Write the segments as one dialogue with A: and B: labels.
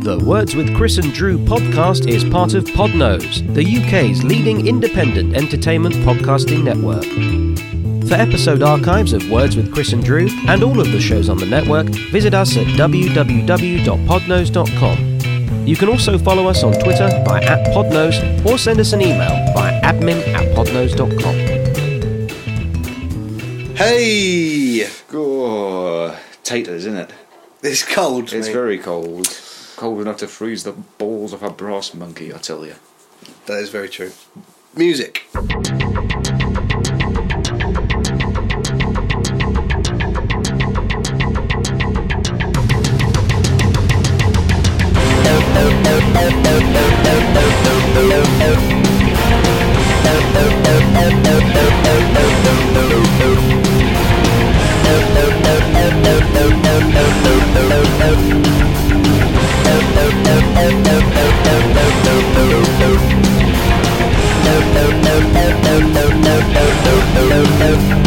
A: The Words with Chris and Drew podcast is part of Podnose, the UK's leading independent entertainment podcasting network. For episode archives of Words with Chris and Drew and all of the shows on the network, visit us at www.podnose.com. You can also follow us on Twitter by at Podnose or send us an email by admin at podnose.com.
B: Hey! Oh, taters, isn't it?
C: It's cold.
B: It's
C: mate.
B: very cold. Cold enough to freeze the balls off a brass monkey, I tell you.
C: That is very true. Music.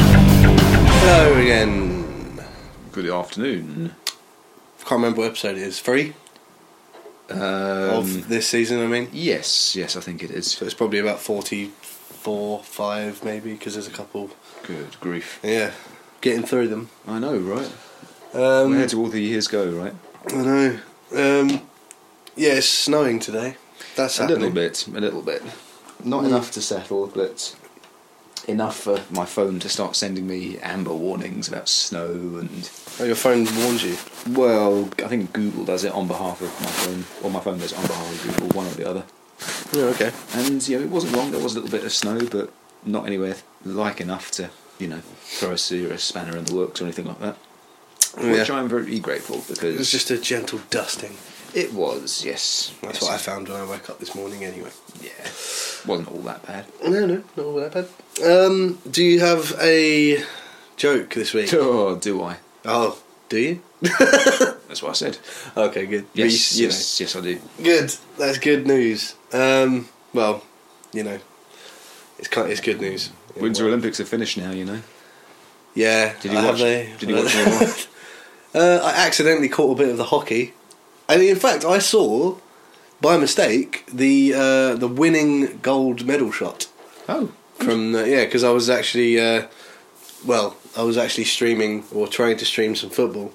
C: Hello again.
B: Good afternoon.
C: Can't remember what episode it is. Three
B: Um,
C: of this season. I mean,
B: yes, yes, I think it is.
C: so it's probably about forty-four, five, maybe, because there's a couple.
B: Good grief.
C: Yeah, getting through them.
B: I know, right?
C: Um,
B: Where do all the years go, right?
C: I know. Um, yeah, it's snowing today. That's
B: A little
C: happening.
B: bit, a little bit. Not enough to settle, but enough for my phone to start sending me amber warnings about snow and.
C: Oh, your phone warns you.
B: Well, I think Google does it on behalf of my phone, or my phone does it on behalf of Google, one or the other.
C: Yeah, okay.
B: And you know, it wasn't long. There was a little bit of snow, but not anywhere like enough to you know throw a serious spanner in the works or anything like that. Which
C: Yeah.
B: I'm very grateful because
C: It was just a gentle dusting.
B: it was yes.
C: That's
B: yes.
C: what I found when I woke up this morning, anyway.
B: Yeah, wasn't all that bad.
C: No, no, not all that bad. Um, do you have a joke this week?
B: Oh, do I?
C: Oh, do you?
B: That's what I said.
C: Okay, good.
B: Yes,
C: But you- you
B: yes, yes, I do.
C: know. Good. That's good news. Um, well, you know, it's kind it's good news. in a
B: Winter
C: way.
B: Olympics are finished now. You know.
C: Yeah.
B: Did you
C: uh, have
B: watch?
C: They,
B: Did you watch? them all?
C: uh, I accidentally caught a bit of the hockey, and in fact, I saw by mistake the uh, the winning gold medal shot
B: oh,
C: from uh, yeah because I was actually uh, well I was actually streaming or trying to stream some football,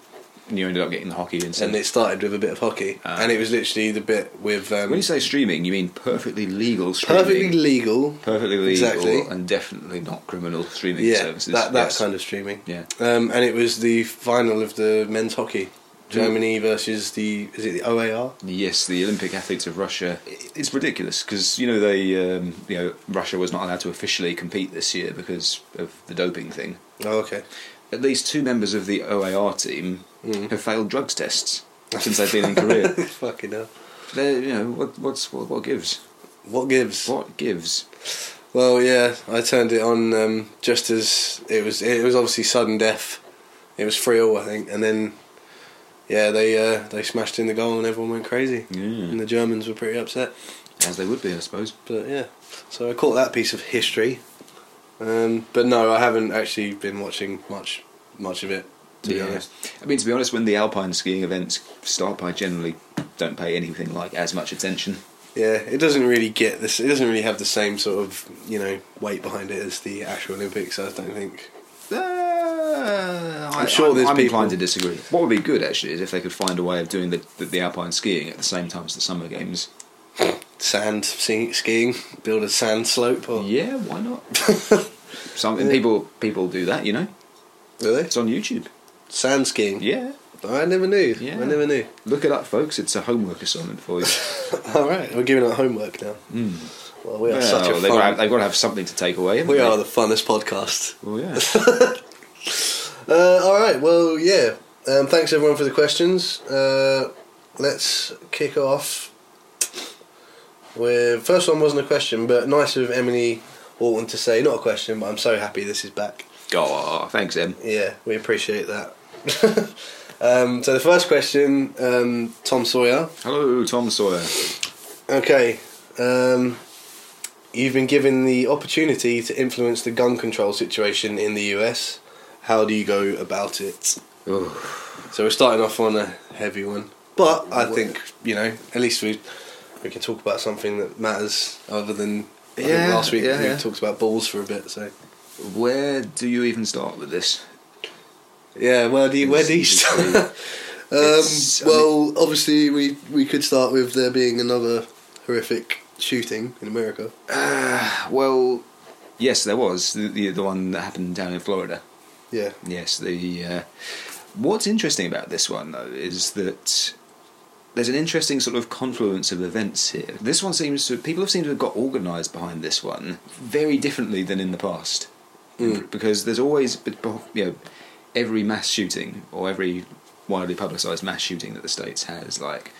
B: and you ended up getting the hockey instead.
C: and it started with a bit of hockey,
B: Ah.
C: and it was literally the bit with um,
B: when you say streaming, you mean perfectly legal streaming.
C: perfectly legal
B: perfectly legal
C: Exactly.
B: and definitely not criminal streaming
C: yeah,
B: services.
C: That, that
B: Yes.
C: kind of streaming.
B: Yeah.
C: Um, and it was the final of the men's hockey.
B: Mm.
C: Germany versus the is it the OAR?
B: Yes, the Olympic athletes of Russia. i- It's ridiculous because you know they, um, you know, Russia was not allowed to officially compete this year because of the doping thing.
C: Oh, okay.
B: At least two members of the OAR team have failed drugs tests since they've been in Korea.
C: Fucking hell.
B: They're, you know, what, what's what, what gives?
C: What gives?
B: What gives?
C: Well, yeah, I turned it on um, just as it was. It was obviously sudden death. It was three all, I think, and then yeah, they uh, they smashed in the goal and everyone went crazy.
B: Yeah.
C: And the Germans were pretty upset.
B: As they would be, I suppose.
C: But yeah, so I caught that piece of history. Um, but no, I haven't actually been watching much much of it. To be honest,
B: I mean, to be honest, when the alpine skiing events start, I generally don't pay anything like as much attention.
C: yeah, it doesn't really get this. It doesn't really have the same sort of you know weight behind it as the actual Olympics. I don't think.
B: Uh, I,
C: I'm sure there's
B: I'm
C: people-
B: inclined to disagree. What would be good actually is if they could find a way of doing the, the, the alpine skiing at the same time as the summer games.
C: Sand ski- skiing, build a sand slope, or
B: Yeah, why not? Something people people do that, you know.
C: really
B: It's on YouTube.
C: sand skiing.
B: Yeah,
C: I never knew.
B: Yeah.
C: I never knew.
B: look it up, folks. It's a homework assignment for you. Hmm.
C: All right, we're giving out homework now. Well, we are
B: Well,
C: such a
B: they've, got to,
C: fun.
B: they've got to have something to take away. haven't
C: We
B: they?
C: are the funnest podcast.
B: Well, yeah.
C: Uh, all right. Well, yeah. Um, thanks everyone for the questions. Uh, let's kick off. With first one wasn't a question, but nice of Emily Orton to say not a question. But I'm so happy this is back.
B: Aw, thanks, Em.
C: Yeah, we appreciate that. um, so the first question, um, Tom Sawyer.
B: Hello, Tom Sawyer.
C: Okay. Um, you've been given the opportunity to influence the gun control situation in the US. How do you go about it?
B: Oh,
C: So we're starting off on a heavy one. But I think you know, at least we we can talk about something that matters other than. I think
B: Yeah,
C: last week
B: yeah,
C: we
B: yeah.
C: talked about balls for a bit, so
B: Where do you even start with this?
C: yeah. Where do you, where do you start? Um,
B: It's- I
C: well, obviously, we, we could start with there being another horrific shooting in America.
B: Uh, well, yes, there was the, the the one that happened down in Florida.
C: Yeah.
B: Yes, the uh, what's interesting about this one though is that there's an interesting sort of confluence of events here. This one seems to people have seemed to have got organised behind this one very differently than in the past,
C: Mm.
B: because there's always but beh- you know every mass shooting or every widely publicised mass shooting that the states has like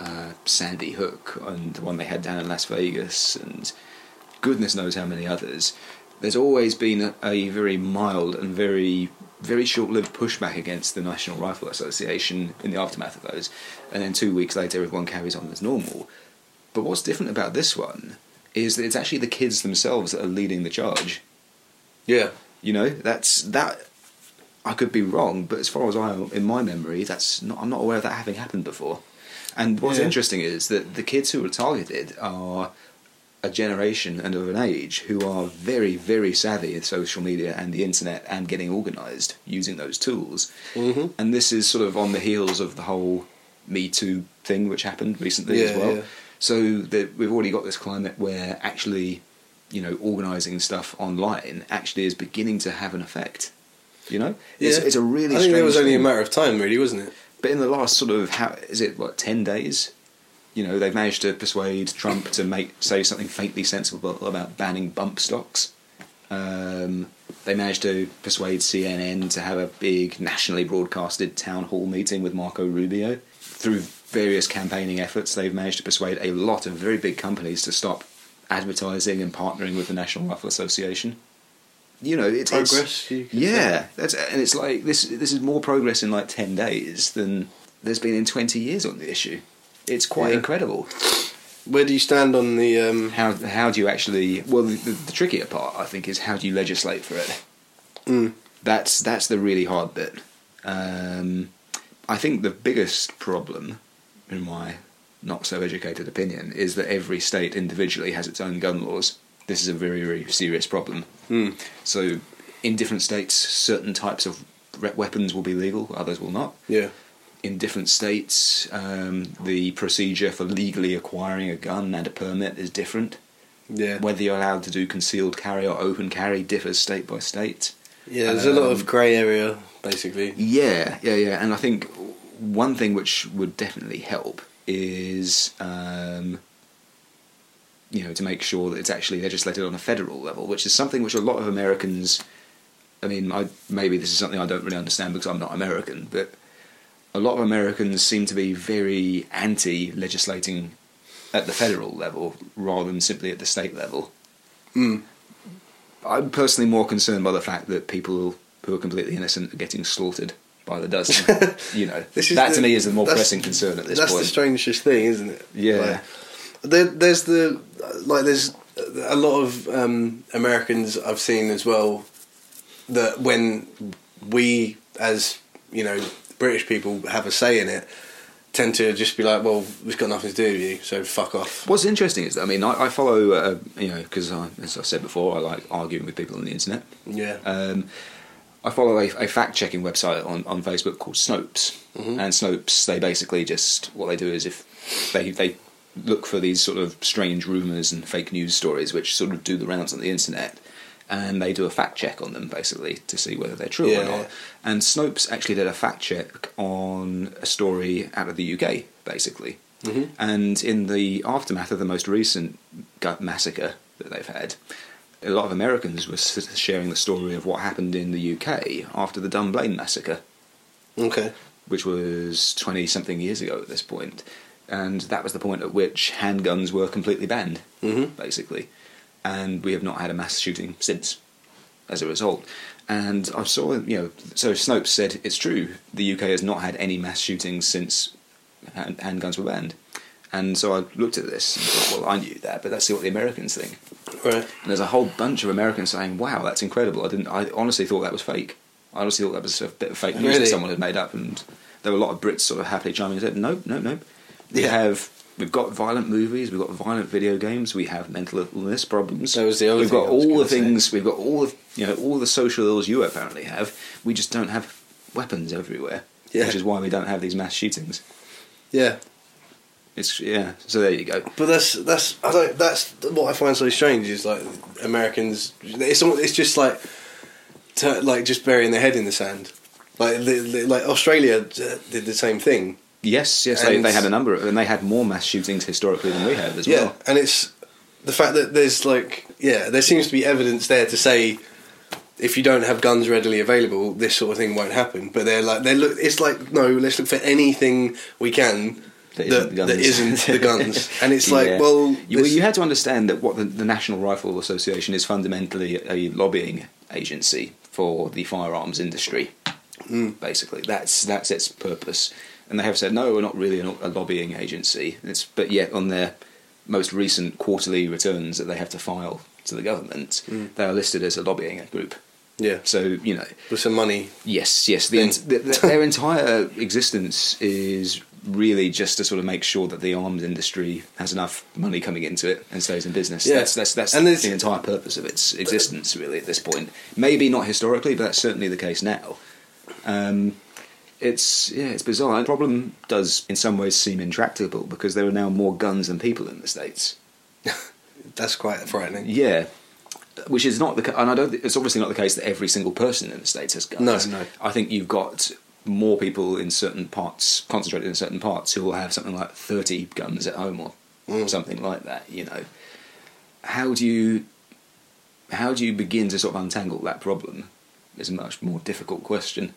B: uh, Sandy Hook and the one they had down in Las Vegas and goodness knows how many others. There's always been a, a very mild and very very short-lived pushback against the National Rifle Association in the aftermath of those, and then two weeks later everyone carries on as normal. But what's different about this one is that it's actually the kids themselves that are leading the charge.
C: Yeah.
B: You know, that's that. I could be wrong, but as far as I, in my memory, that's not. I'm not aware of that having happened before. And what's
C: Yeah.
B: interesting is that the kids who were targeted are a generation and of an age who are very, very savvy in social media and the internet and getting organised using those tools.
C: Mhm.
B: And this is sort of on the heels of the whole Me Too thing, which happened recently as
C: Yeah,
B: well.
C: yeah.
B: So that we've already got this climate where actually, you know, organising stuff online actually is beginning to have an effect. You know, it's,
C: Yeah.
B: it's a really.
C: I think it
B: strange
C: was only a
B: thing.
C: matter of time, really, wasn't it?
B: But in the last sort of how is it what ten days? You know, they've managed to persuade Trump to make say something faintly sensible about banning bump stocks. Um, they managed to persuade CNN to have a big nationally broadcasted town hall meeting with Marco Rubio. Through various campaigning efforts, they've managed to persuade a lot of very big companies to stop advertising and partnering with the National Rifle Association. You know, it's it's-
C: Progress, you could
B: yeah, that's and it's like this. This is more progress in like ten days than there's been in twenty years on the issue. It's quite
C: Yeah.
B: incredible.
C: Where do you stand on the? Um,
B: How how do you actually? Well, the, the, the trickier part I think is how do you legislate for it.
C: mm,
B: That's that's the really hard bit. Um, I think the biggest problem, in my not so educated opinion, is that every state individually has its own gun laws. This is a very very serious problem.
C: mm,
B: So, in different states, certain types of re- weapons will be legal, others will not.
C: yeah.
B: In different states, um, the procedure for legally acquiring a gun and a permit is different.
C: Yeah.
B: Whether you're allowed to do concealed carry or open carry differs state by state.
C: yeah. There's a
B: um,
C: lot of grey area, basically.
B: Yeah, yeah, yeah. And I think one thing which would definitely help is, um, you know, to make sure that it's actually legislated on a federal level, which is something which a lot of Americans. I mean, I, maybe this is something I don't really understand because I'm not American, but a lot of Americans seem to be very anti legislating at the federal level rather than simply at the state level.
C: Mm.
B: I'm personally more concerned by the fact that people who are completely innocent are getting slaughtered by the dozen. you know,
C: This is
B: that to
C: the-
B: me is the more
C: that's-
B: pressing concern at this
C: That's
B: point.
C: the strangest thing, isn't it?
B: Yeah.
C: Like, there, there's the like there's a lot of um, Americans I've seen as well that when we as you know British people have a say in it tend to just be like well we've got nothing to do with you so fuck off
B: What's interesting is, I mean, I, I follow, uh, you know, because as I said before, I like arguing with people on the internet.
C: yeah
B: Um, I follow a, a fact checking website on, on Facebook called Snopes. And Snopes, they basically just, what they do is if they, they look for these sort of strange rumours and fake news stories which sort of do the rounds on the internet. And they do a fact check on them basically to see whether they're true
C: Yeah,
B: or not.
C: yeah.
B: And Snopes actually did a fact check on a story out of the UK basically. And in the aftermath of the most recent gut massacre that they've had, a lot of Americans were s- sharing the story of what happened in the UK after the Dunblane massacre,
C: okay
B: which was 20 something years ago at this point. And that was the point at which handguns were completely banned,
C: Mhm.
B: basically. And we have not had a mass shooting since, as a result. And I saw, you know, so Snopes said it's true. The UK has not had any mass shootings since hand- handguns were banned. And so I looked at this and thought, well, I knew that, but let's see what the Americans think.
C: right
B: And there's a whole bunch of Americans saying, "Wow, that's incredible! I didn't. I honestly thought that was fake. I honestly thought that was a bit of fake news that
C: Really?
B: someone had made up." And there were a lot of Brits sort of happily chiming in and said, nope, nope, nope. We
C: Yeah.
B: have we've got violent movies, we've got violent video games, we have mental illness problems.
C: That was the other
B: we've
C: thing
B: got
C: I was
B: all the
C: gonna say.
B: things we've got all the you know all the social ills you apparently have. We just don't have weapons everywhere,
C: Yeah.
B: which is why we don't have these mass shootings.
C: Yeah,
B: It's yeah. So there you go.
C: But that's that's I don't that's what I find so strange is like Americans. It's al- it's just like to, like just burying their head in the sand. Like the, the, like Australia uh, did the same thing.
B: Yes, yes. They,
C: And-
B: they had a number of, and they had more mass shootings historically than we have as
C: Yeah,
B: well.
C: and it's the fact that there's like yeah, there seems to be evidence there to say if you don't have guns readily available, this sort of thing won't happen. But they're like they look. It's like no, let's look for anything we can
B: That
C: that
B: isn't
C: isn't,
B: guns.
C: that isn't the guns. and it's like
B: Yeah.
C: well,
B: you, well,
C: this-
B: you had to understand that what the, the National Rifle Association is fundamentally a lobbying agency for the firearms industry.
C: Hmm.
B: Basically, that's that's its purpose, and they have said no, we're not really a, a lobbying agency. It's but yet on their most recent quarterly returns that they have to file to the government,
C: Hmm.
B: they are listed as a lobbying group.
C: yeah,
B: So you know,
C: with some money.
B: Yes, yes. The,
C: Then-
B: ent- th th their entire existence is really just to sort of make sure that the arms industry has enough money coming into it and stays in business.
C: Yeah.
B: That's that's, that's
C: And there's-
B: the entire purpose of its existence, really, at this point. Maybe not historically, but that's certainly the case now. Um, it's yeah, it's bizarre. And the problem does, in some ways, seem intractable because there are now more guns than people in the states.
C: That's quite frightening.
B: Yeah, which is not the ca- and I don't. thi- It's obviously not the case that every single person in the states has guns.
C: No, no.
B: I think you've got more people in certain parts, concentrated in certain parts, who will have something like thirty guns at home or
C: Mm.
B: something like that. You know, how do you how do you begin to sort of untangle that problem? Is a much more difficult question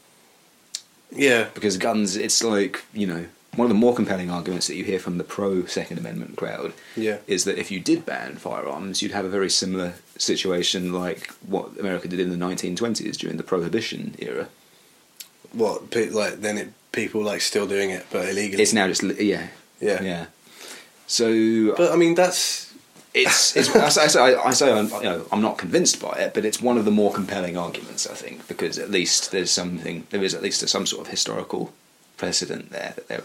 C: Yeah,
B: because guns it's like you know one of the more compelling arguments that you hear from the pro second amendment crowd
C: Yeah.
B: is that if you did ban firearms you'd have a very similar situation like what america did in the 1920s during the prohibition era
C: what pe- like then it people like still doing it but illegally.
B: it's now just li- yeah
C: Yeah.
B: yeah so
C: But I mean that's
B: it's, it's I, say- I say, I say I'm, you know, I'm not convinced by it, but it's one of the more compelling arguments I think because at least there's something there is at least some sort of historical precedent there that they're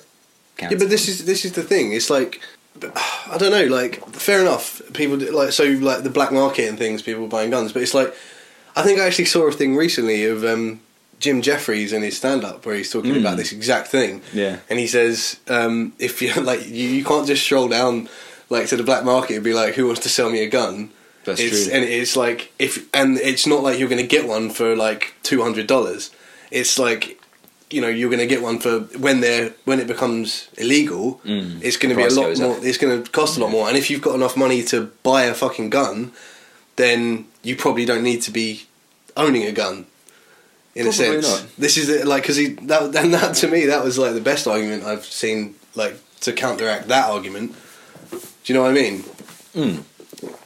C: yeah, but this is this is the thing. It's like but, I don't know. Like fair enough. People do, like so like the black market and things. People buying guns, but it's like I think I actually saw a thing recently of um, Jim Jeffries in his stand up where he's talking
B: Mm.
C: about this exact thing.
B: Yeah.
C: and he says um, if you like you, you can't just stroll down like to the black market and be like who wants to sell me a gun.
B: That's
C: it's,
B: true.
C: And it's like if and it's not like you're going to get one for like two hundred dollars. It's like you know you're going to get one for when they're when it becomes illegal.
B: Mm.
C: It's going
B: The
C: to be a
B: price
C: lot
B: goes
C: more.
B: up.
C: It's going to cost a lot more. And if you've got enough money to buy a fucking gun, then you probably don't need to be owning a gun. In a
B: Probably
C: sense,
B: not.
C: this is the, like because he that and that to me that was like the best argument I've seen like to counteract that argument. Do you know what I mean?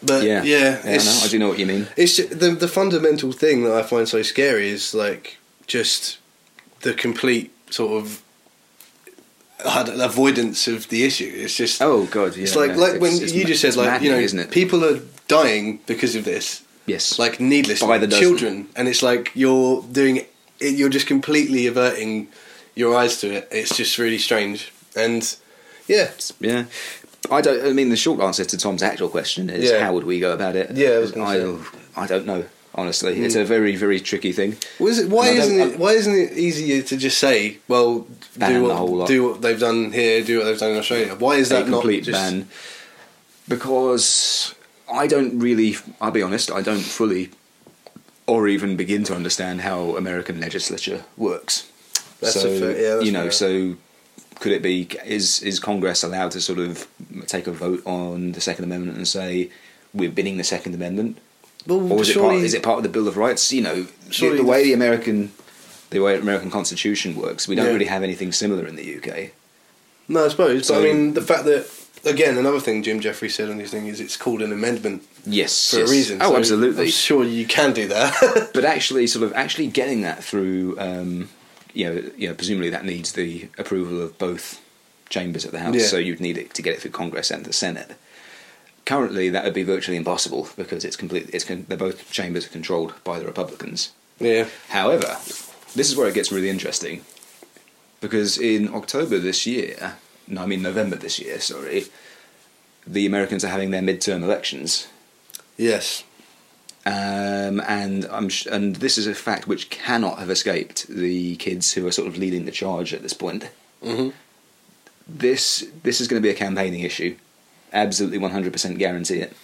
C: But yeah,
B: Hmm. yeah,
C: it's,
B: I, know. I do know what you mean.
C: it's ju- the the fundamental thing that I find so scary is like just the complete sort of I don't know, avoidance of the issue. It's just
B: Oh god, yeah,
C: it's like
B: yeah.
C: like when
B: It's- it's
C: you
B: ma-
C: just said like
B: maddening,
C: you know
B: isn't it?
C: people are dying because of this
B: yes,
C: like needlessly
B: By the dozen.
C: children and it's like you're doing it, you're just completely averting your eyes to it. It's just really strange and yeah
B: yeah. I don't. I mean, the short answer to Tom's actual question is
C: Yeah.
B: how would we go about it?
C: Yeah, I was gonna Hmm.
B: I, I don't know. Honestly, it's a very, very tricky thing.
C: Was it, why
B: And I don't-
C: isn't
B: I-
C: it? Why isn't it easier to just say, "Well,
B: Ban
C: do
B: the whole lot.
C: what, do what they've done here, do what they've done in Australia"? Why is that
B: a complete
C: not just,
B: ban because I don't really. I'll be honest. I don't fully, or even begin to understand how American legislature works.
C: That's
B: so
C: a fair- yeah, that's
B: you know,
C: fair.
B: so could it be? Is is Congress allowed to sort of take a vote on the Second Amendment and say we're binning the Second Amendment?
C: Well,
B: or is it,
C: Mm, surely,
B: part, is it part of the Bill of Rights? You know, the,
C: Surely
B: the
C: the-
B: way the American the way American Constitution works, we don't
C: Yeah.
B: really have anything similar in the UK.
C: No, I suppose.
B: So-
C: but I mean, the fact that again, another thing Jim Jeffries said on his thing is it's called an amendment
B: Yes,
C: for
B: yes.
C: a reason.
B: Oh,
C: So
B: absolutely.
C: I'm sure you can do that.
B: But actually, sort of actually getting that through, um, you know, you know, presumably that needs the approval of both chambers of the House.
C: Yeah.
B: So you'd need it to get it through Congress and the Senate. Currently, that would be virtually impossible because it's complete. It's con- they're both chambers are controlled by the Republicans.
C: yeah.
B: However, this is where it gets really interesting. because in October this year, no, I mean November this year, sorry, the Americans are having their midterm elections,
C: Yes.
B: um, and I'm sh- and this is a fact which cannot have escaped the kids who are sort of leading the charge at this point.
C: hmm
B: This this is going to be a campaigning issue, absolutely 100% guarantee it.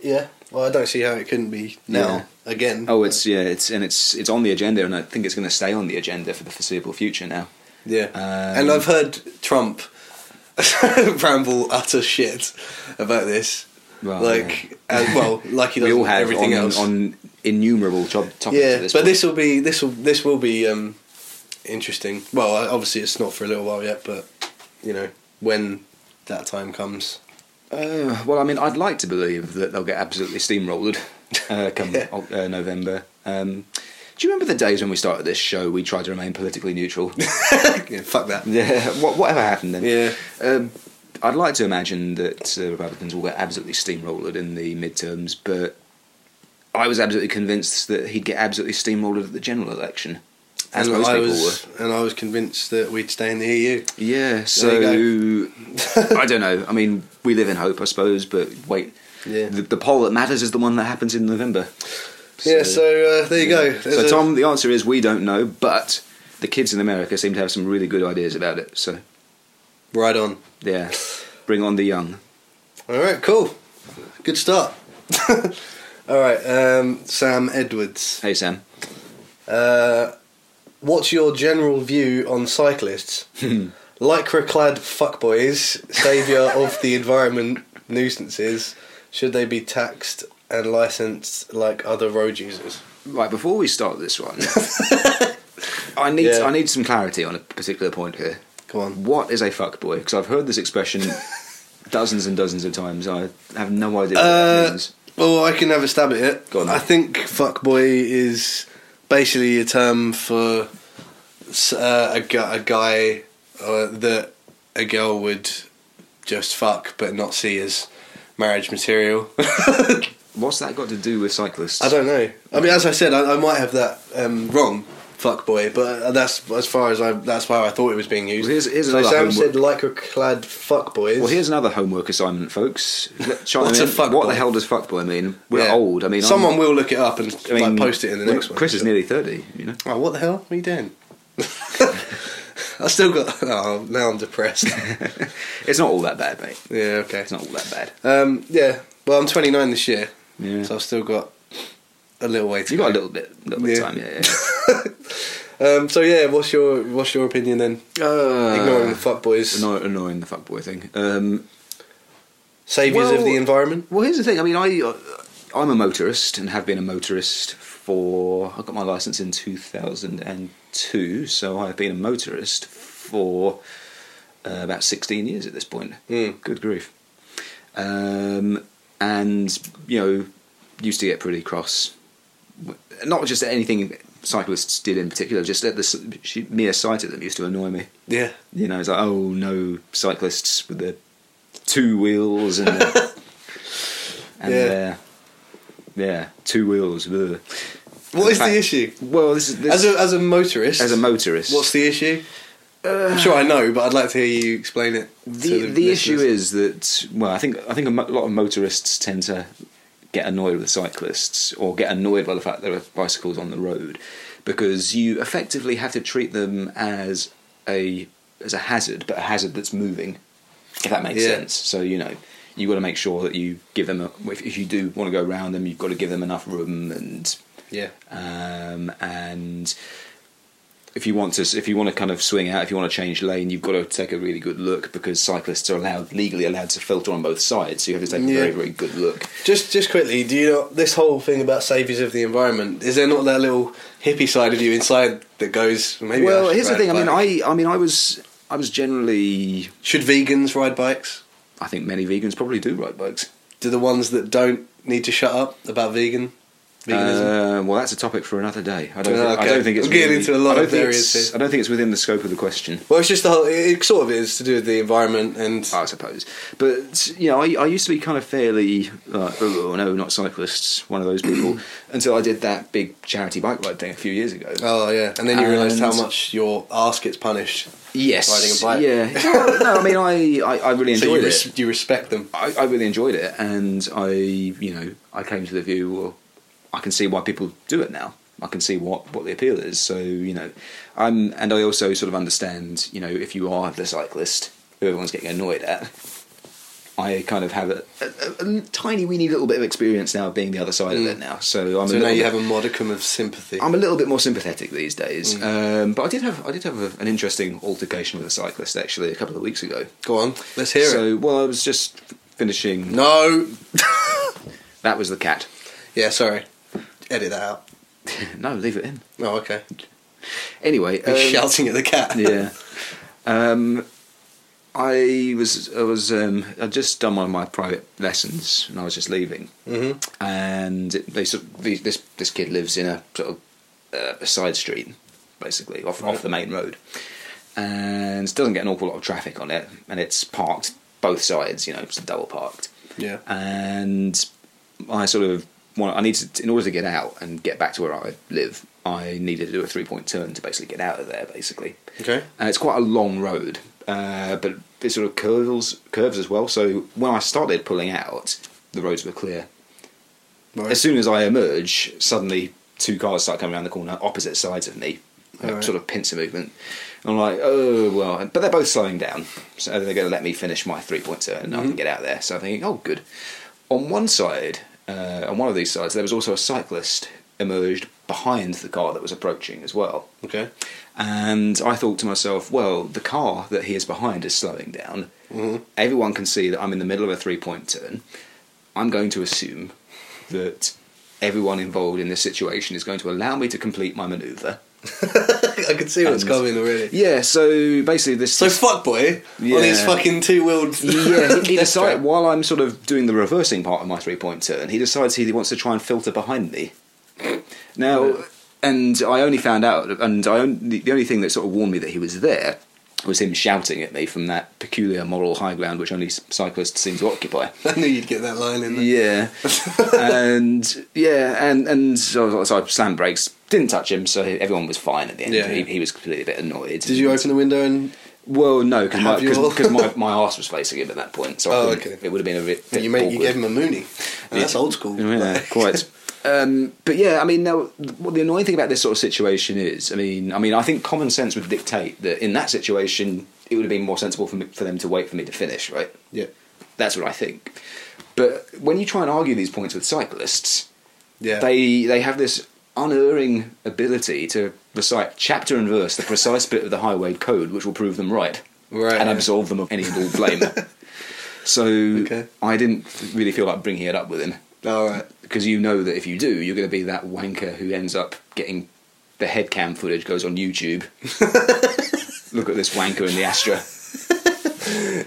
C: Yeah. Well, I don't see how it couldn't be now again.
B: Oh, it's yeah, it's and it's it's on the agenda, and I think it's going to stay on the agenda for the foreseeable future now.
C: Yeah.
B: Um,
C: and I've heard Trump ramble utter shit about this.
B: Well,
C: like, uh, well, like he does
B: we all have
C: everything
B: on,
C: else.
B: on innumerable job topics.
C: yeah,
B: at this
C: but
B: point.
C: this will be this will this will be um, interesting. Well, I- obviously it's not for a little while yet, but you know when that time comes.
B: Uh, well, I mean, I'd like to believe that they'll get absolutely steamrolled uh, come
C: Yeah.
B: Oc- uh, November. Um, do you remember the days when we started this show? We tried to remain politically neutral.
C: yeah, fuck that.
B: yeah, what, whatever happened then.
C: Yeah.
B: Um, I'd like to imagine that uh, Republicans will get absolutely steamrolled in the midterms, but I was absolutely convinced that he'd get absolutely steamrolled at the general election, as
C: and
B: most
C: I
B: people were.
C: was and I was convinced that we'd stay in the E EU.
B: Yeah, so
C: There
B: I don't know. I mean, we live in hope, I suppose, but wait.
C: Yeah.
B: The, the poll that matters is the one that happens in November.
C: yeah. So uh, there you go.
B: Yeah. So,
C: There's a-
B: Tom, the answer is we don't know, but the kids in America seem to have some really good ideas about it. So,
C: right on.
B: yeah, bring on the young.
C: All right, cool. Good start. All right, um, Sam Edwards.
B: Hey, Sam.
C: Uh, what's your general view on cyclists? Lycra-clad fuckboys, saviour of the environment, nuisances. Should they be taxed and licensed like other road users?
B: Right, before we start this one, I need
C: Yeah.
B: I need some clarity on a particular point here.
C: Come on.
B: What is a fuckboy? Because I've heard this expression dozens and dozens of times. I have no idea what it
C: Uh,
B: means.
C: well, I can have a stab at it.
B: Go on then.
C: I think fuckboy is basically a term for s- uh, a, gu- a guy uh, that a girl would just fuck but not see as marriage material.
B: What's that got to do with cyclists?
C: I don't know. I mean, as I said, I, I might have that um, wrong. Fuckboy, but that's as far as I. That's how I thought it was being used.
B: Well, here's- here's
C: so
B: another
C: Sam
B: homework-
C: said, "Lycra clad fuckboys."
B: Well, here's another homework assignment, folks. Let- chime
C: What's
B: in.
C: a fuckboy?
B: What the hell does fuckboy mean? We're
C: Yeah.
B: old. I mean, I'm-
C: someone will look it up and
B: I mean,
C: like, post it in the
B: look,
C: next one.
B: Chris is
C: Sure.
B: nearly thirty. You know,
C: Oh, what the hell? What are you doing? I still got. Oh, now I'm depressed.
B: it's not all that bad, mate.
C: yeah, okay.
B: It's not all that bad.
C: Um, yeah, well, I'm 29 this year,
B: Yeah.
C: so I've still got a little way to
B: You
C: go.
B: got a little bit, little bit
C: Yeah.
B: of time. Yeah, yeah.
C: Um, so yeah, what's your what's your opinion then?
B: uh,
C: Ignoring the fuck boys,
B: anno- annoying the fuckboy thing. Um,
C: saviors of
B: Well-
C: the environment.
B: Well, here's the thing. I mean, I uh, I'm a motorist and have been a motorist for. I got my license in 2002, so I've been a motorist for uh, about 16 years at this point.
C: Mm.
B: Good grief. Um, and you know, used to get pretty cross. Not just at anything cyclists did in particular, just at the s- mere sight of them used to annoy me.
C: Yeah,
B: You know, it's like, oh no, cyclists with the two wheels and the, and
C: Yeah.
B: their- yeah, two wheels. Ugh.
C: what is
B: fact-
C: the issue?
B: Well, this is this,
C: As a as a motorist,
B: as a motorist.
C: what's the issue? I'm sure I know, but I'd like to hear you explain it. to
B: the, the issue
C: listeners.
B: is that well, I think I think a mo- lot of motorists tend to get annoyed with cyclists or get annoyed by the fact there are bicycles on the road because you effectively have to treat them as a as a hazard, but a hazard that's moving. If that makes
C: Yeah.
B: sense. So you know you got to make sure that you give them a, if, if you do want to go around them, you've got to give them enough room and
C: yeah,
B: um, and if you want to if you want to kind of swing out if you want to change lane you've got to take a really good look because cyclists are allowed legally allowed to filter on both sides so you have to take a
C: Yeah.
B: very very good look
C: Just, just quickly, do you not this whole thing about saviors of the environment? Is there not that little hippie side of you inside that goes? Maybe I
B: well
C: should
B: here's the
C: ride
B: thing
C: a
B: i mean
C: bike?
B: i i mean i was i was generally
C: should vegans ride bikes?
B: i think many vegans probably do ride bikes
C: Do the ones that don't need to shut up about vegan? Veganism.
B: Uh, well, that's a topic for another day. I don't.
C: Ah,
B: think, I
C: okay.
B: don't think it's
C: We're getting
B: within
C: into a lot
B: I don't
C: of
B: think
C: areas
B: it's-
C: here.
B: I don't think it's within the scope of the question.
C: well, it's just the whole. It, it sort of is to do with the environment and
B: I suppose. But you know, I, I used to be kind of fairly like, oh no, not cyclists, one of those people, until I did that big charity bike ride thing a few years ago.
C: oh yeah, and then you realised how
B: Uh, And-
C: much your ass gets punished.
B: yes,
C: riding a
B: yeah. no, I mean, I, I, I really
C: So you,
B: enjoyed it.
C: res- you respect them.
B: I, I really enjoyed it, and I, you know, I came to the view. Well, I can see why people do it now. I can see what what the appeal is. So you know, I'm, and I also sort of understand. You know, if you are the cyclist who everyone's getting annoyed at, I kind of have a, a, a, a tiny weeny little bit of experience now of being the other side of
C: Mm.
B: it now. So I'm a
C: So now
B: little
C: you
B: bit-
C: have a modicum of sympathy.
B: I'm a little bit more sympathetic these days,
C: Mm.
B: um, but I did have I did have a, an interesting altercation with a cyclist actually a couple of weeks ago.
C: Go on, let's hear it.
B: so well, I was just f- finishing.
C: No,
B: That was the cat.
C: yeah, sorry, edit that out.
B: No, leave it in.
C: Oh, okay.
B: Anyway,
C: He's
B: um,
C: shouting at the cat.
B: yeah. Um, I was I was um, I'd just done one of my private lessons and I was just leaving,
C: Mhm.
B: and they sort of, the- this this kid lives in a sort of uh, a side street, basically off off the main road, and doesn't get an awful lot of traffic on it, and it's parked both sides, you know, it's double parked.
C: Yeah.
B: and I sort of want I needed to, in order to get out and get back to where I live. I needed to do a three point turn to basically get out of there, basically.
C: Okay.
B: And it's quite a long road, uh, but it sort of curves curves as well. So when I started pulling out, the roads were clear.
C: Right.
B: As soon as I emerge, suddenly two cars start coming around the corner, opposite sides of me, uh,
C: Alright.
B: sort of pincer movement. I'm like, oh well, but they're both slowing down, so they're going to let me finish my three point turn, and I can get out of there. So I'm thinking, oh good. On one side, uh, on one of these sides, there was also a cyclist emerged behind the car that was approaching as well.
C: okay.
B: And I thought to myself, well, the car that he is behind is slowing down. Everyone can see that I'm in the middle of a three point turn. I'm going to assume that everyone involved in this situation is going to allow me to complete my maneuver.
C: I can see what's
B: And-
C: coming already.
B: Yeah, so basically, this.
C: So fuckboy on his
B: Yeah.
C: fucking two wheeled.
B: yeah, he, he decides while I'm sort of doing the reversing part of my three point turn, he decides he wants to try and filter behind me. Now, and I only found out, and I only, the only thing that sort of warned me that he was there was him shouting at me from that peculiar moral high ground which only s- cyclists seem to occupy.
C: I knew you'd get that line in there.
B: Yeah, and yeah, and and so, so I slammed brakes. Didn't touch him, so everyone was fine at the end.
C: Yeah,
B: he,
C: yeah.
B: he was clearly a bit annoyed.
C: Did you open the window and
B: Well, no, because my,
C: Have you all?
B: cause, 'cause my my ass was facing him at that point, so I
C: Oh,
B: couldn't-
C: okay.
B: it would have been a bit. bit
C: you, made, you
B: awkward.
C: gave him a moonie? And That's
B: Yeah.
C: old school.
B: Yeah, quite. Um, but yeah, I mean, now what the annoying thing about this sort of situation is, I mean, I mean, I think common sense would dictate that in that situation it would have been more sensible for me, for them to wait for me to finish, right?
C: yeah.
B: That's what I think. But when you try and argue these points with cyclists,
C: Yeah.
B: they they have this unerring ability to recite chapter and verse the precise bit of the highway code which will prove them right,
C: Right,
B: and
C: yeah.
B: absolve them of any and all blame. so
C: Okay.
B: I didn't really feel like bringing it up with him
C: All right.
B: because you know that if you do, you're going to be that wanker who ends up getting the head cam footage goes on YouTube. Look at this wanker in the Astra.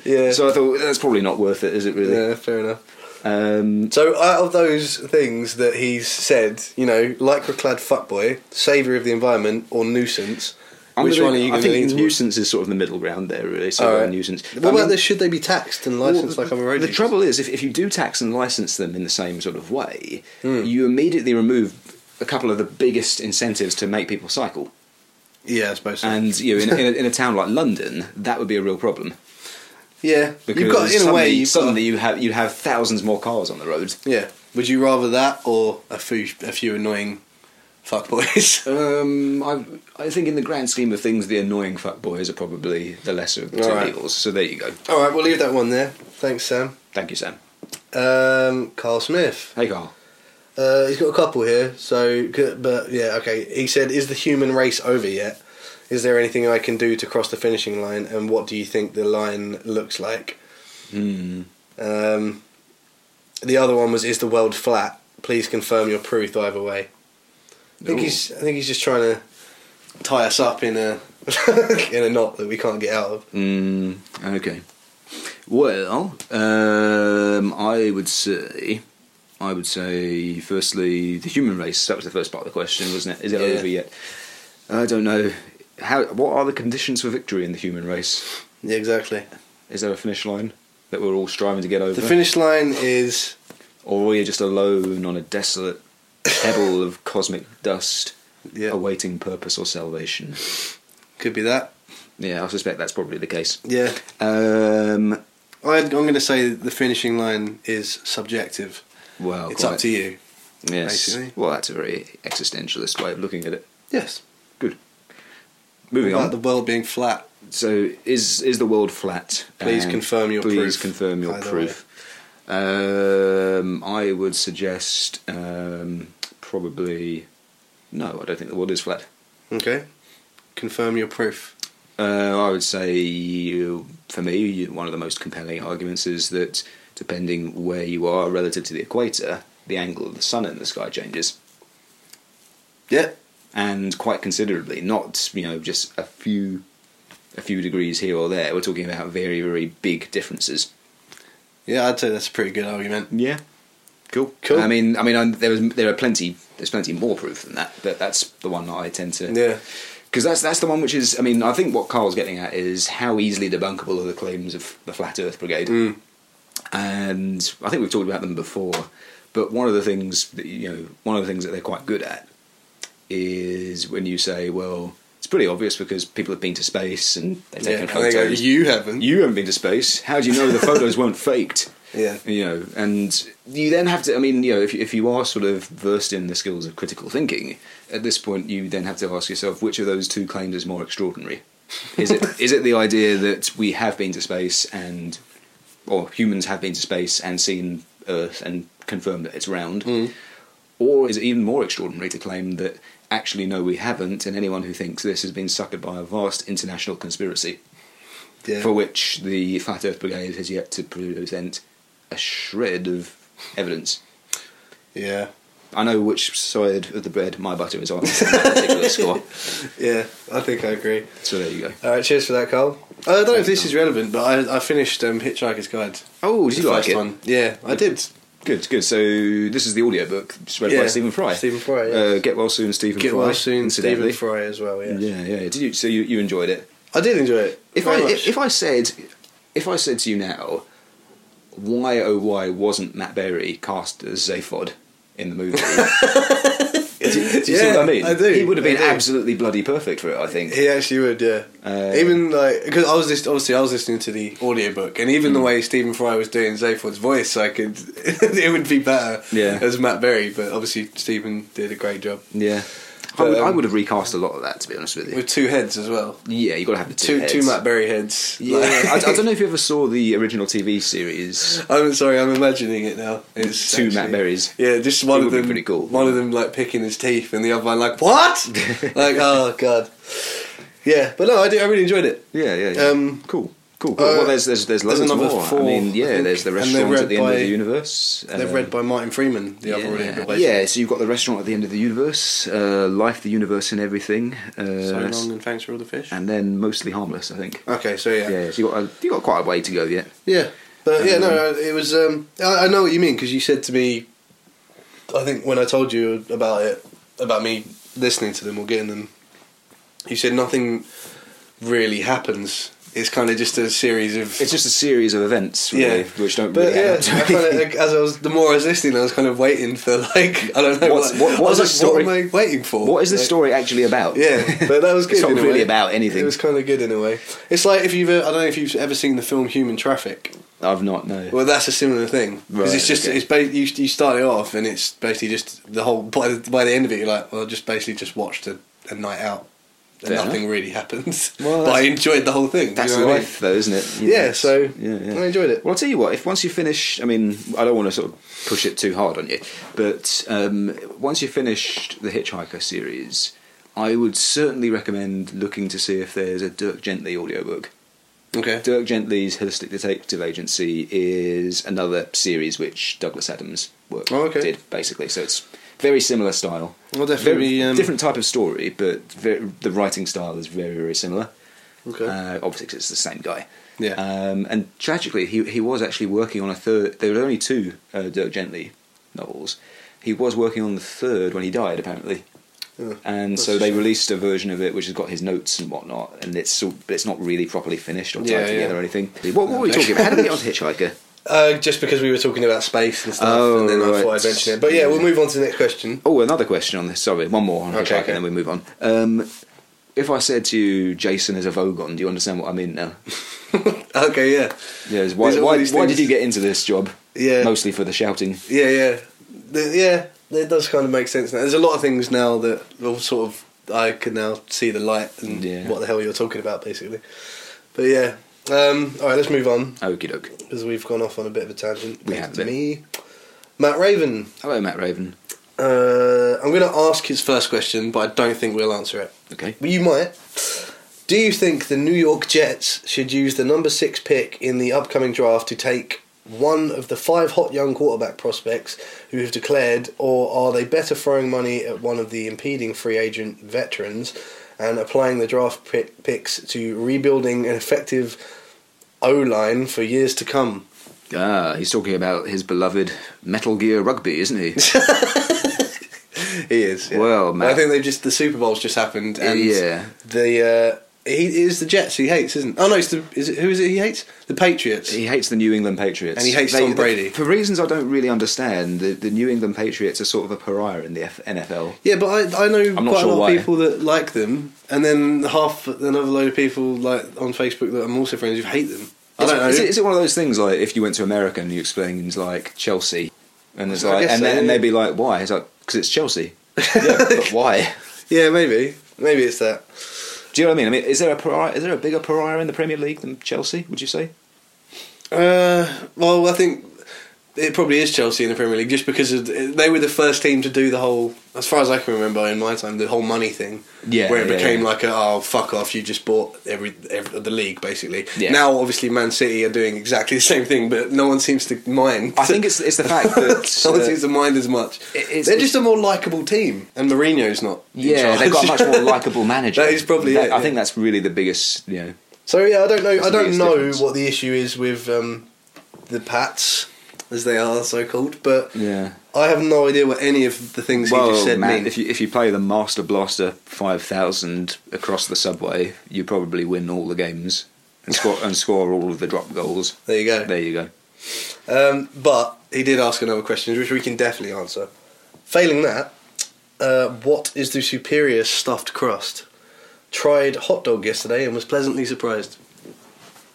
C: Yeah.
B: So I thought that's probably not worth it, is it really?
C: yeah, fair enough.
B: Um,
C: So, out of those things that he's said, you know, lycra clad fuckboy, saviour of the environment, or nuisance,
B: I'm
C: which
B: gonna-
C: one are you
B: I
C: going to lean
B: think
C: towards?
B: nuisance is sort of the middle ground there, really. So
C: All right.
B: nuisance. I
C: What about
B: mean-
C: this? Should they be taxed and
B: Um, Well,
C: licensed like other road
B: The
C: users?
B: trouble is, if, if you do tax and license them in the same sort of way, you immediately remove a couple of the biggest incentives to make people cycle.
C: Yeah, I suppose so.
B: And you know, in, in, a, in a town like London, that would be a real problem.
C: yeah,
B: Because
C: you've got, in a
B: suddenly,
C: way, you've got-
B: suddenly you have you have thousands more cars on the road.
C: yeah. Would you rather that or a few, a few annoying fuckboys?
B: Um, I I think in the grand scheme of things, the annoying fuckboys are probably the lesser of the two
C: All right.
B: evils. So there you go.
C: All right, we'll leave that one there. Thanks, Sam.
B: Thank you, Sam.
C: Um, Carl Smith.
B: Hey, Carl.
C: Uh, he's got a couple here. So, good- but yeah, okay. He said, "Is the human race over yet? Is there anything I can do to cross the finishing line? And what do you think the line looks like?"
B: Hmm.
C: Um, the other one was, "Is the world flat? Please confirm your truth either way." I think
B: Ooh.
C: he's. I think he's just trying to tie us up in a in a knot that we can't get out of.
B: Mm, okay. Well, um, I would say I would say, firstly, the human race. That was the first part of the question, wasn't it? Is it
C: Yeah.
B: over yet? I don't know. How? What are the conditions for victory in the human race?
C: Yeah, exactly.
B: Is there a finish line that we're all striving to get over?
C: The finish line is
B: or we're just alone on a desolate pebble of cosmic dust,
C: yeah.
B: awaiting purpose or salvation.
C: oh, Could be that.
B: Yeah, I suspect that's probably the case.
C: Yeah.
B: Um,
C: I, I'm going to say the finishing line is subjective.
B: well,
C: it's up to you.
B: Yes.
C: basically.
B: Well, that's a very existentialist way of looking at it.
C: Yes.
B: Good. Moving
C: About
B: on.
C: the world being flat.
B: So, is is the world flat?
C: Please
B: And
C: confirm your
B: please
C: proof,
B: confirm your
C: either
B: proof. Um, I would suggest um, probably no. I don't think the world is flat.
C: Okay. Confirm your proof.
B: Uh, I would say, you- for me, one of the most compelling arguments is that depending where you are relative to the equator, the angle of the sun in the sky changes,
C: Yeah.
B: and quite considerably. Not you know just a few, a few degrees here or there. We're talking about very very big differences.
C: Yeah, I'd say that's a pretty good argument.
B: Yeah, cool,
C: Cool.
B: I mean, I mean, i there was there are plenty. There's plenty more proof than that, but that's the one that I tend to
C: Yeah.
B: Because that's that's the one which is. I mean, I think what Carl's getting at is how easily debunkable are the claims of the Flat Earth Brigade,
C: Mm.
B: and I think we've talked about them before. But one of the things that you know, one of the things that they're quite good at is when you say, "Well, it's pretty obvious because people have been to space and they've
C: yeah.
B: taken
C: And they
B: photos."
C: go, you haven't.
B: you haven't been to space. How do you know the photos weren't faked?
C: Yeah.
B: you know, and you then have to. I mean, you know, if if you are sort of versed in the skills of critical thinking, at this point, you then have to ask yourself which of those two claims is more extraordinary. Is it is it the idea that we have been to space and, or humans have been to space and seen Earth and confirmed that it's round, or is it even more extraordinary to claim that? Actually, no, we haven't, and anyone who thinks this has been suckered by a vast international conspiracy
C: Yeah.
B: for which the Flat Earth Brigade has yet to present a shred of evidence.
C: yeah.
B: I know which side of the bread my butter is on in that particular score.
C: Yeah. I think I agree.
B: So there you go.
C: All right. Cheers for that, Carl. I don't know if this is relevant, but I, I finished um, Hitchhiker's Guide.
B: Oh, did
C: The
B: you like
C: first
B: it?
C: one. Yeah, I did.
B: Good, good. So this is the audiobook it's read by
C: Yeah,
B: Stephen Fry.
C: Stephen Fry, yeah.
B: Uh, Get well soon, Stephen
C: Get
B: Fry.
C: well soon,
B: incidentally.
C: Stephen Fry as well. Yeah.
B: Yeah, yeah. Did you? So you, you enjoyed it?
C: I did enjoy it.
B: If
C: very
B: I
C: much.
B: if, if I said if I said to you now, why oh why wasn't Matt Berry cast as Zaphod in the movie? do, you- do you see
C: Yeah,
B: what I mean?
C: I do,
B: He would have been
C: I do.
B: absolutely bloody perfect for it. I think.
C: He actually would, yeah.
B: Uh,
C: even like because I was just obviously I was listening to the audiobook, and even
B: Hmm.
C: the way Stephen Fry was doing Zaphod's voice, I could it would be better
B: Yeah.
C: as Matt Berry, but obviously Stephen did a great job
B: Yeah. I
C: But,
B: would, I
C: um,
B: would have recast a lot of that, to be honest with you.
C: with two heads as well,
B: yeah, you got to have the two
C: two
B: heads.
C: two Matt Berry heads.
B: Yeah,
C: Like-
B: I, I don't know if you ever saw the original TV series.
C: I'm sorry, I'm imagining it now. It's
B: Two
C: actually-
B: Matt Berries.
C: Yeah, just
B: It
C: one of
B: would be
C: them.
B: pretty cool.
C: One of them like picking his teeth, and the other one like what? like oh god. Yeah, but no, I, did, I really enjoyed it.
B: Yeah, yeah. yeah.
C: Um,
B: cool, cool. cool. well, there's there's there's
C: there's
B: loads
C: another
B: more.
C: four,
B: I mean,
C: I
B: yeah,
C: think.
B: there's the
C: And they're
B: restaurant at
C: read
B: the end of
C: by-
B: the universe.
C: They've
B: um,
C: read by Martin Freeman, the other audiobook.
B: yeah.
C: version.
B: yeah, so you've got the restaurant at the end of the universe, uh, life, the universe, and everything. Uh,
C: So long and thanks for all the fish.
B: and then mostly harmless, I think.
C: Okay, so yeah,
B: Yeah,
C: yeah,
B: so you got a, you got quite a way to go yet.
C: but yeah, no, it was. Um, I, I know what you mean because you said to me, I think when I told you about it, about me listening to them or getting them, you said nothing really happens. It's kind of just a series of.
B: It's just a series of events, really,
C: Yeah.
B: which don't
C: but
B: really
C: yeah,
B: add
C: I
B: up to anything.
C: kind of, as I was, the more I was listening, I was kind of waiting for like I don't know.
B: What's-
C: like-
B: what- what
C: I was
B: is this
C: like,
B: story?
C: What am I waiting for?
B: What is this
C: Like-
B: story actually about?
C: Yeah, but that was good.
B: it's not
C: in a
B: really
C: way.
B: about anything.
C: It was kind of good in a way. It's like if you've uh, I don't know if you've ever seen the film Human Traffic.
B: I've not no.
C: Well, that's a similar thing because
B: Right,
C: it's just
B: okay.
C: it's ba- you, you start it off and it's basically just the whole by the, by the end of it you're like well I just basically just watched a, a night out and
B: Fair
C: nothing really happens.
B: Well,
C: but I
B: that's-
C: enjoyed the whole thing.
B: That's
C: you know what I mean?
B: life, though, isn't it? You
C: Yeah,
B: know,
C: so
B: yeah, yeah.
C: I enjoyed it.
B: Well, I'll tell you what. If once you finish, I mean, I don't want to sort of push it too hard on you, but um, once you finished the Hitchhiker series, I would certainly recommend looking to see if there's a Dirk Gently audiobook.
C: Okay.
B: Dirk Gently's Holistic Detective Agency is another series which Douglas Adams' work
C: Oh, okay.
B: did basically. So it's very similar style.
C: I'll definitely
B: Very-
C: be, um,
B: different type of story, but very, the writing style is very very similar.
C: Okay.
B: Uh, obviously, 'cause it's the same guy.
C: Yeah.
B: Um, and tragically, he he was actually working on a third. There were only two uh, Dirk Gently novels. He was working on the third when he died, apparently.
C: Yeah.
B: And
C: That's
B: so
C: a
B: they
C: shame.
B: released a version of it which has got his notes and whatnot, and it's sort- but it's not really properly finished or tied
C: Yeah, yeah.
B: together or anything. What, what were we talking about? How did we get on to Hitchhiker?
C: Uh, just because we were talking about space and stuff,
B: Oh,
C: and then I thought
B: right.
C: I'd mention it. But yeah, we'll move on to the next question.
B: Oh, another question on this. Sorry, one more on
C: Okay,
B: Hitchhiker, and
C: okay.
B: then we move on. Um, if I said to you, Jason is a Vogon, do you understand what I mean now?
C: Okay, yeah,
B: Yes. Why,
C: These are all
B: why,
C: these
B: why
C: things-
B: did you get into this job?
C: Yeah.
B: Mostly for the shouting.
C: yeah, yeah, The- yeah. It does kind of make sense now. There's a lot of things now that all sort of I can now see the light and
B: Yeah.
C: what the hell you're talking about, basically. But yeah, um, all right, let's move on
B: Okie doke.
C: because we've gone off on a bit of a tangent.
B: We
C: Thanks
B: have
C: to
B: been.
C: me, Matt Raven.
B: Hello, Matt Raven.
C: Uh, I'm going to ask his first question, but I don't think we'll answer it.
B: Okay.
C: But you might. Do you think the New York Jets should use the number six pick in the upcoming draft to take one of the five hot young quarterback prospects who have declared, or are they better throwing money at one of the impeding free agent veterans and applying the draft pi picks to rebuilding an effective O line for years to come?
B: Ah, he's talking about his beloved Metal Gear Rugby, isn't he?
C: He is.
B: Well, Matt-
C: I think they've just the Super Bowl's just happened, and
B: Yeah.
C: the uh, he is the Jets he hates, isn't? Oh no, it's the is it who is it he hates? The Patriots.
B: he hates the New England Patriots.
C: And he hates Tom Brady.
B: for reasons I don't really understand, the, the New England Patriots are sort of a pariah in the F- NFL.
C: Yeah, but I I know
B: not
C: quite
B: sure
C: a lot
B: why.
C: of people that like them, and then half another load of people like on Facebook that I'm also friends with hate them. I
B: Is it-
C: don't know.
B: Is, it, is it one of those things like if you went to America and you explained like Chelsea, and it's
C: I
B: like,
C: guess
B: and,
C: so,
B: they, and
C: yeah.
B: they'd be like, why? It's like because it's Chelsea. yeah, but why?
C: yeah, maybe maybe it's that.
B: Do you know what I mean? I mean, is there a pariah, is there a bigger pariah in the Premier League than Chelsea? Would you say?
C: Uh, well, I think it probably is Chelsea in the Premier League just because of, they were the first team to do the whole, as far as I can remember in my time, the whole money thing.
B: Yeah,
C: where it
B: yeah,
C: became
B: yeah.
C: like a oh fuck off, you just bought every, every the league basically.
B: Yeah.
C: Now obviously Man City are doing exactly the same thing, but no one seems to mind.
B: I think it's it's the fact that
C: no one
B: uh,
C: seems to mind as much.
B: it- it's-
C: They're just a more likable team, and Mourinho's not. in
B: yeah, they've got a
C: charge.
B: much more likable manager.
C: That is probably it,
B: I
C: yeah.
B: think that's really the biggest. You know,
C: So yeah, I don't know.
B: That's
C: I
B: the
C: don't
B: biggest
C: know
B: difference.
C: what the issue is with um, the Pats, as they are so called, but
B: yeah.
C: I have no idea what any of the things
B: Well,
C: he just said
B: man,
C: mean.
B: if you if you play the Master Blaster five thousand across the subway, you probably win all the games and score and score all of the drop goals.
C: there you go.
B: There you go.
C: Um, but he did ask another question, which we can definitely answer. Failing that, uh, what is the superior stuffed crust? Tried hot dog yesterday and was pleasantly surprised.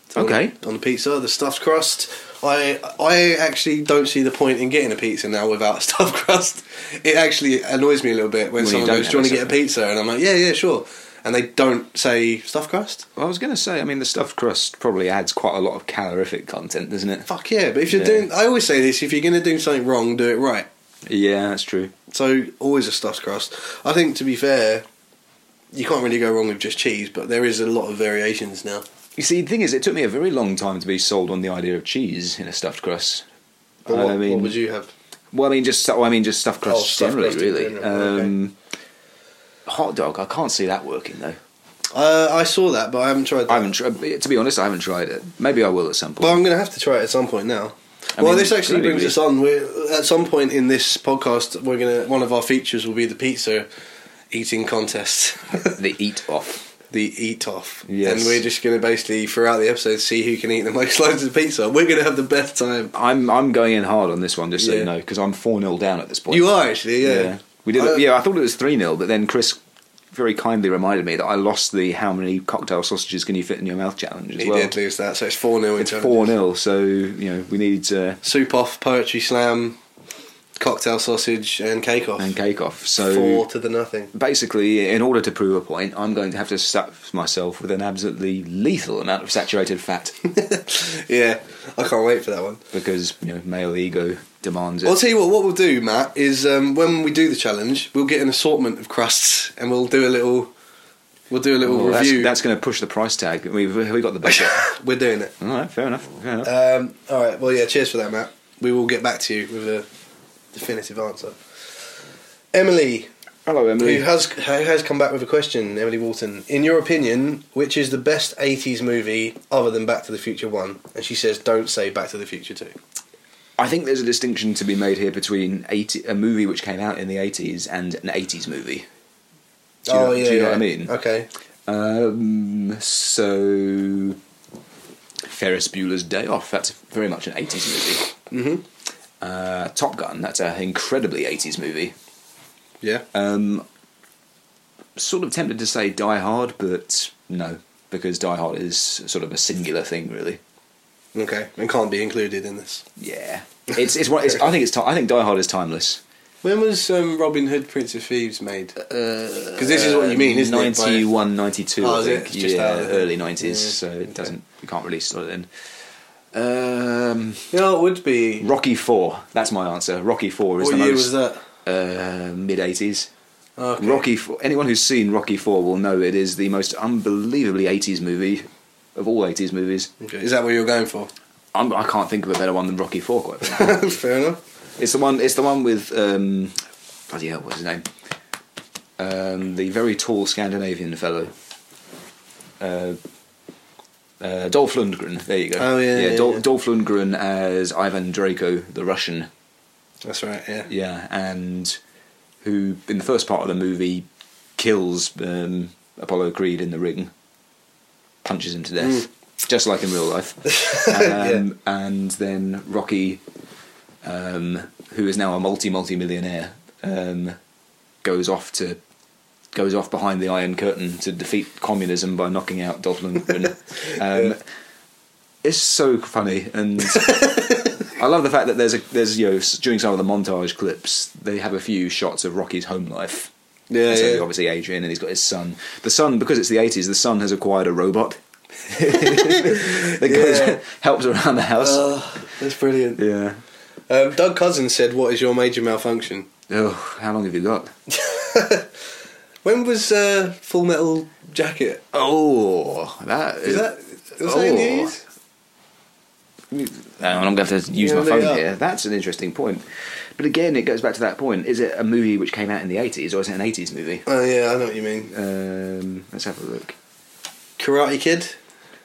C: So
B: Okay.
C: On the pizza, the stuffed crust. I I actually don't see the point in getting a pizza now without a stuffed crust. It actually annoys me a little bit when,
B: When you
C: someone
B: don't
C: goes, "Do you want to
B: have
C: get a
B: a
C: pizza?" and I'm like, "Yeah, yeah, sure," and they don't say stuffed crust.
B: Well, I was going to say, I mean, the stuffed crust probably adds quite a lot of calorific content, doesn't it?
C: Fuck yeah! But if you're
B: Yeah.
C: doing, I always say this: if you're going to do something wrong, do it right.
B: Yeah, that's true.
C: So always a stuffed crust. I think to be fair, you can't really go wrong with just cheese, but there is a lot of variations now.
B: You see, the thing is, it took me a very long time to be sold on the idea of cheese in a stuffed crust.
C: But what,
B: I mean,
C: what would you have?
B: Well, I mean, just well, I mean, just stuffed crust
C: Oh, stuffed
B: generally,
C: crust in
B: really.
C: general,
B: Um, Hot dog, I can't see that working though.
C: Uh, I saw that, but I haven't tried. That.
B: I haven't tried. To be honest, I haven't tried it. Maybe I will at some
C: But
B: point.
C: I'm going to have to try it at some point now.
B: I
C: well,
B: mean,
C: this actually
B: really,
C: brings us on. We're, at some point in this podcast, we're gonna one of our features will be the pizza eating contest,
B: the eat off.
C: the eat off,
B: Yes.
C: and we're just going to basically throughout the episode see who can eat the most loads of pizza. We're going to have the best time.
B: I'm I'm going in hard on this one, just so
C: Yeah.
B: you know, because I'm four 0 down at this point.
C: You are actually, yeah. Uh,
B: We did.
C: I-
B: it yeah, I thought it was three 0 but then Chris very kindly reminded me that I lost the how many cocktail sausages can you fit in your mouth challenge as
C: He
B: well.
C: did lose that, so it's four 0 in
B: It's
C: terms.
B: four 0 so you know we need uh,
C: soup off, poetry slam, cocktail sausage, and cake off.
B: and cake off. So
C: Four to the nothing.
B: basically, in order to prove a point, I'm going to have to stuff myself with an absolutely lethal amount of saturated fat
C: Yeah, I can't wait for that one.
B: because you know male ego demands it.
C: I'll tell you what. What we'll do, Matt, is um, when we do the challenge, we'll get an assortment of crusts, and we'll do a little. We'll do a little
B: Well, Oh, that's,
C: review.
B: that's going to push the price tag. We've we got the budget.
C: We're doing it.
B: All right, fair enough. Fair enough.
C: Um, all right. Well, yeah. Cheers for that, Matt. We will get back to you with a definitive answer. Emily,
B: Hello,
C: who has who has come back with a question. Emily Walton, in your opinion, which is the best '80s movie other than Back to the Future One? And she says, "Don't say Back to the Future Two.
B: I think there's a distinction to be made here between 80, a movie which came out in the 80s and an 80s movie. Do you know, do you know what I mean?
C: Oh, Okay.
B: Um, so, Ferris Bueller's Day Off, that's very much an 80s movie. Mm-hmm. Uh, Top Gun, that's an incredibly 80s movie.
C: Yeah.
B: Um, sort of tempted to say Die Hard, but no, because Die Hard is sort of a singular thing, really.
C: okay. And can't be included in this.
B: Yeah, it's it's what it's, I think it's ti I think Die Hard is timeless.
C: When was um, Robin Hood, Prince of Thieves made? Because this is what you mean, isn't it? by-
B: 91, 92,
C: Oh,
B: I
C: is it?
B: think.
C: It's just
B: yeah,
C: out of-
B: early 90s,
C: Yeah,
B: so it
C: okay.
B: doesn't, we can't really slot it in. Um,
C: You know, it would be.
B: Rocky 4, that's my answer. Rocky 4 is
C: what
B: the
C: year
B: most.
C: was that?
B: Uh, Mid 80s.
C: Okay.
B: Rocky. F- Anyone who's seen Rocky Four will know it is the most unbelievably '80s movie of all '80s movies.
C: Okay. Is that what you're going for?
B: I'm, I can't think of a better one than Rocky Four. Quite frankly.
C: Fair enough.
B: it's the one. It's the one with um, bloody hell. What's his name? Um, the very tall Scandinavian fellow. Uh, uh, Dolph Lundgren. There you go.
C: Oh, yeah, yeah,
B: Dol-
C: yeah.
B: Dolph Lundgren as Ivan Draco, the Russian.
C: That's right. Yeah.
B: Yeah, and who in the first part of the movie kills um, Apollo Creed in the ring, punches him to death, just like in real life. um, And then Rocky, um, who is now a multi multi millionaire, um, goes off to goes off behind the Iron Curtain to defeat communism by knocking out Dolph Lundgren. um, It's so funny and. I love the fact that there's a there's you know s- during some of the montage clips they have a few shots of Rocky's home life.
C: Yeah,
B: so
C: yeah.
B: obviously Adrian and he's got his son. The son because it's the 80s, the son has acquired a robot that goes
C: Yeah.
B: helps around the house.
C: Oh, that's brilliant.
B: yeah.
C: Um, Doug Cousins said, "What is your major malfunction?"
B: Oh, how long have you got?
C: When was uh, Full Metal Jacket?
B: Oh, that
C: Is that was that in the
B: Oh.
C: 80s?
B: Hang on, I'm going to have to use
C: Yeah,
B: my phone
C: they are.
B: here. That's an interesting point. But again, it goes back to that point: is it a movie which came out in the 80s, or is it an 80s movie?
C: Oh yeah, I know what you mean.
B: Um, let's have a look.
C: Karate Kid.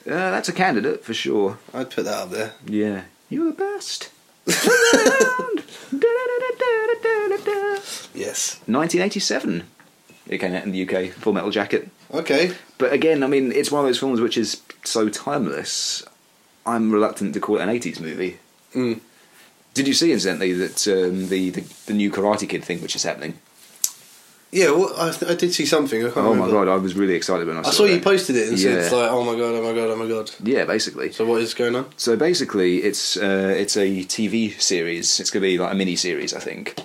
B: Uh, that's a candidate for sure.
C: I'd put that up there.
B: Yeah. You're the best. Around. Da-da-da-da-da-da-da.
C: Yes.
B: 1987. It came out in the UK, Full Metal Jacket.
C: Okay.
B: But again, I mean, it's one of those films which is so timeless. I'm reluctant to call it an 80s movie.
C: Mm.
B: Did you see, incidentally, that um, the, the the new Karate Kid thing which is happening?
C: Yeah, well, I, th- I did see something. I can't
B: Oh my
C: remember.
B: god, I was really excited when I saw.
C: I saw you
B: that.
C: posted it and said it's
B: Yeah.
C: like, oh my god, oh my god, oh my god.
B: Yeah, basically.
C: So what is going on?
B: So basically, it's uh, it's a TV series. It's going to be like a mini series, I think.
C: Oh,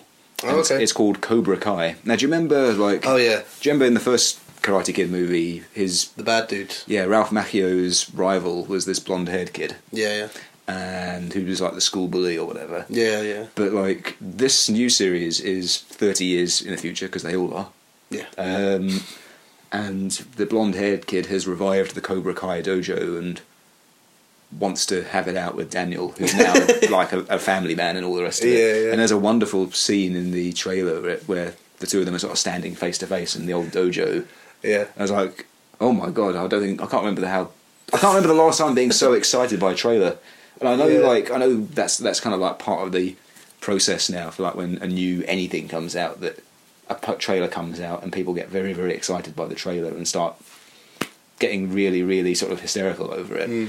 B: And it's-
C: okay.
B: It's called Cobra Kai. Now, do you remember like?
C: Oh, yeah.
B: Do you remember in the first Karate Kid movie, his
C: The bad dudes.
B: yeah Ralph Macchio's rival was this blonde-haired kid,
C: Yeah,
B: and who was like the school bully or whatever.
C: yeah, yeah, yeah,
B: But like this new series is thirty years in the future because they all are.
C: yeah.
B: Um, and the blonde haired kid has revived the Cobra Kai dojo and wants to have it out with Daniel, who's now like a, a family man and all the rest of it.
C: Yeah, yeah.
B: And there's a wonderful scene in the trailer where, where the two of them are sort of standing face to face in the old dojo.
C: yeah.
B: I was like, oh my god, I don't think I can't remember the how. I can't remember the last time being so excited by a trailer. And I know,
C: Yeah.
B: like, I know that's that's kind of like part of the process now for like when a new anything comes out that a pu- trailer comes out and people get very very excited by the trailer and start getting really really sort of hysterical over it.
C: Mm.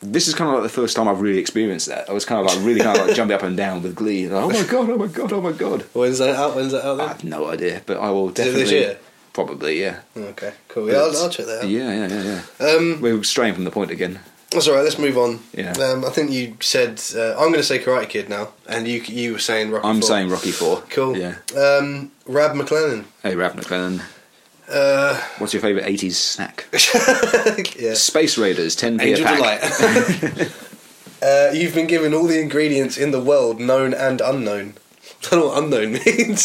B: This is kind of like the first time I've really experienced that. I was kind of like really kind of like jumping up and down with glee. Like, oh my god! Oh my god! Oh my god!
C: When's that out? When's that out
B: I
C: then?
B: have no idea, but I will
C: it this
B: definitely
C: year?
B: probably yeah.
C: okay, cool. Yeah, I'll, I'll check that out.
B: Yeah, yeah, yeah, yeah.
C: Um,
B: We're straying from the point again.
C: that's all right. Let's move on.
B: Yeah.
C: Um, I think you said uh, I'm going to say Karate Kid now, and you you were saying Rocky.
B: I'm
C: IV.
B: saying Rocky Four.
C: Cool.
B: Yeah.
C: Um, Rab McLennan.
B: Hey, Rav McLennan.
C: Uh,
B: What's your favourite '80s snack?
C: yeah.
B: Space Raiders, ten p a
C: Angel
B: pack.
C: Delight. uh, you've been given all the ingredients in the world, known and unknown. I don't know what unknown means.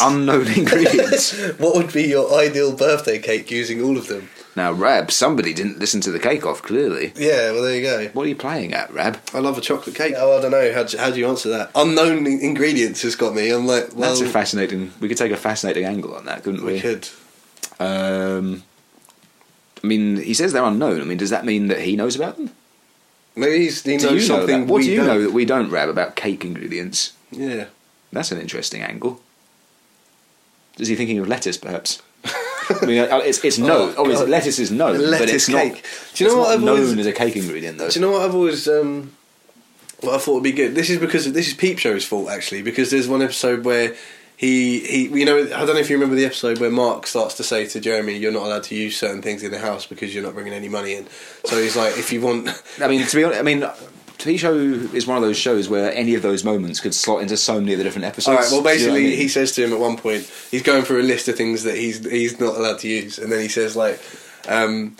B: Unknown ingredients.
C: what would be your ideal birthday cake using all of them?
B: now, Rab, somebody didn't listen to the cake off. Clearly,
C: Yeah, well, there you go.
B: what are you playing at, Rab?
C: I love a chocolate cake. Oh, I don't know. How do, how do you answer that? Unknown in- ingredients has got me. I'm like, well,
B: That's a fascinating. We could take a fascinating angle on that, couldn't we?
C: we could.
B: Um, I mean, he says they're unknown. I mean, does that mean that he knows about them?
C: Maybe he's, he
B: Do
C: knows
B: you know
C: something.
B: that? What
C: we
B: do you
C: don't.
B: know that we don't rab about cake ingredients?
C: Yeah.
B: That's an interesting angle. Is he thinking of lettuce, perhaps? I mean, uh, it's, it's no.
C: Oh,
B: obviously,
C: God.
B: lettuce is known, but
C: Lettuce
B: it's
C: cake.
B: not.
C: Do you know
B: it's
C: what
B: not
C: I've always-
B: known as a cake ingredient, though.
C: Do you know what I've always um, what I thought would be good? This is because this is Peep Show's fault actually, because there's one episode where he he you know I don't know if you remember the episode where Mark starts to say to Jeremy, "You're not allowed to use certain things in the house because you're not bringing any money in." So he's like, "If you want."
B: I mean, to be honest, I mean, TV show is one of those shows where any of those moments could slot into so many of the different
C: All
B: episodes.
C: right. Well,
B: Do you know what I
C: basically,
B: mean?
C: he says to him at one point, he's going through a list of things that he's he's not allowed to use, and then he says like, um,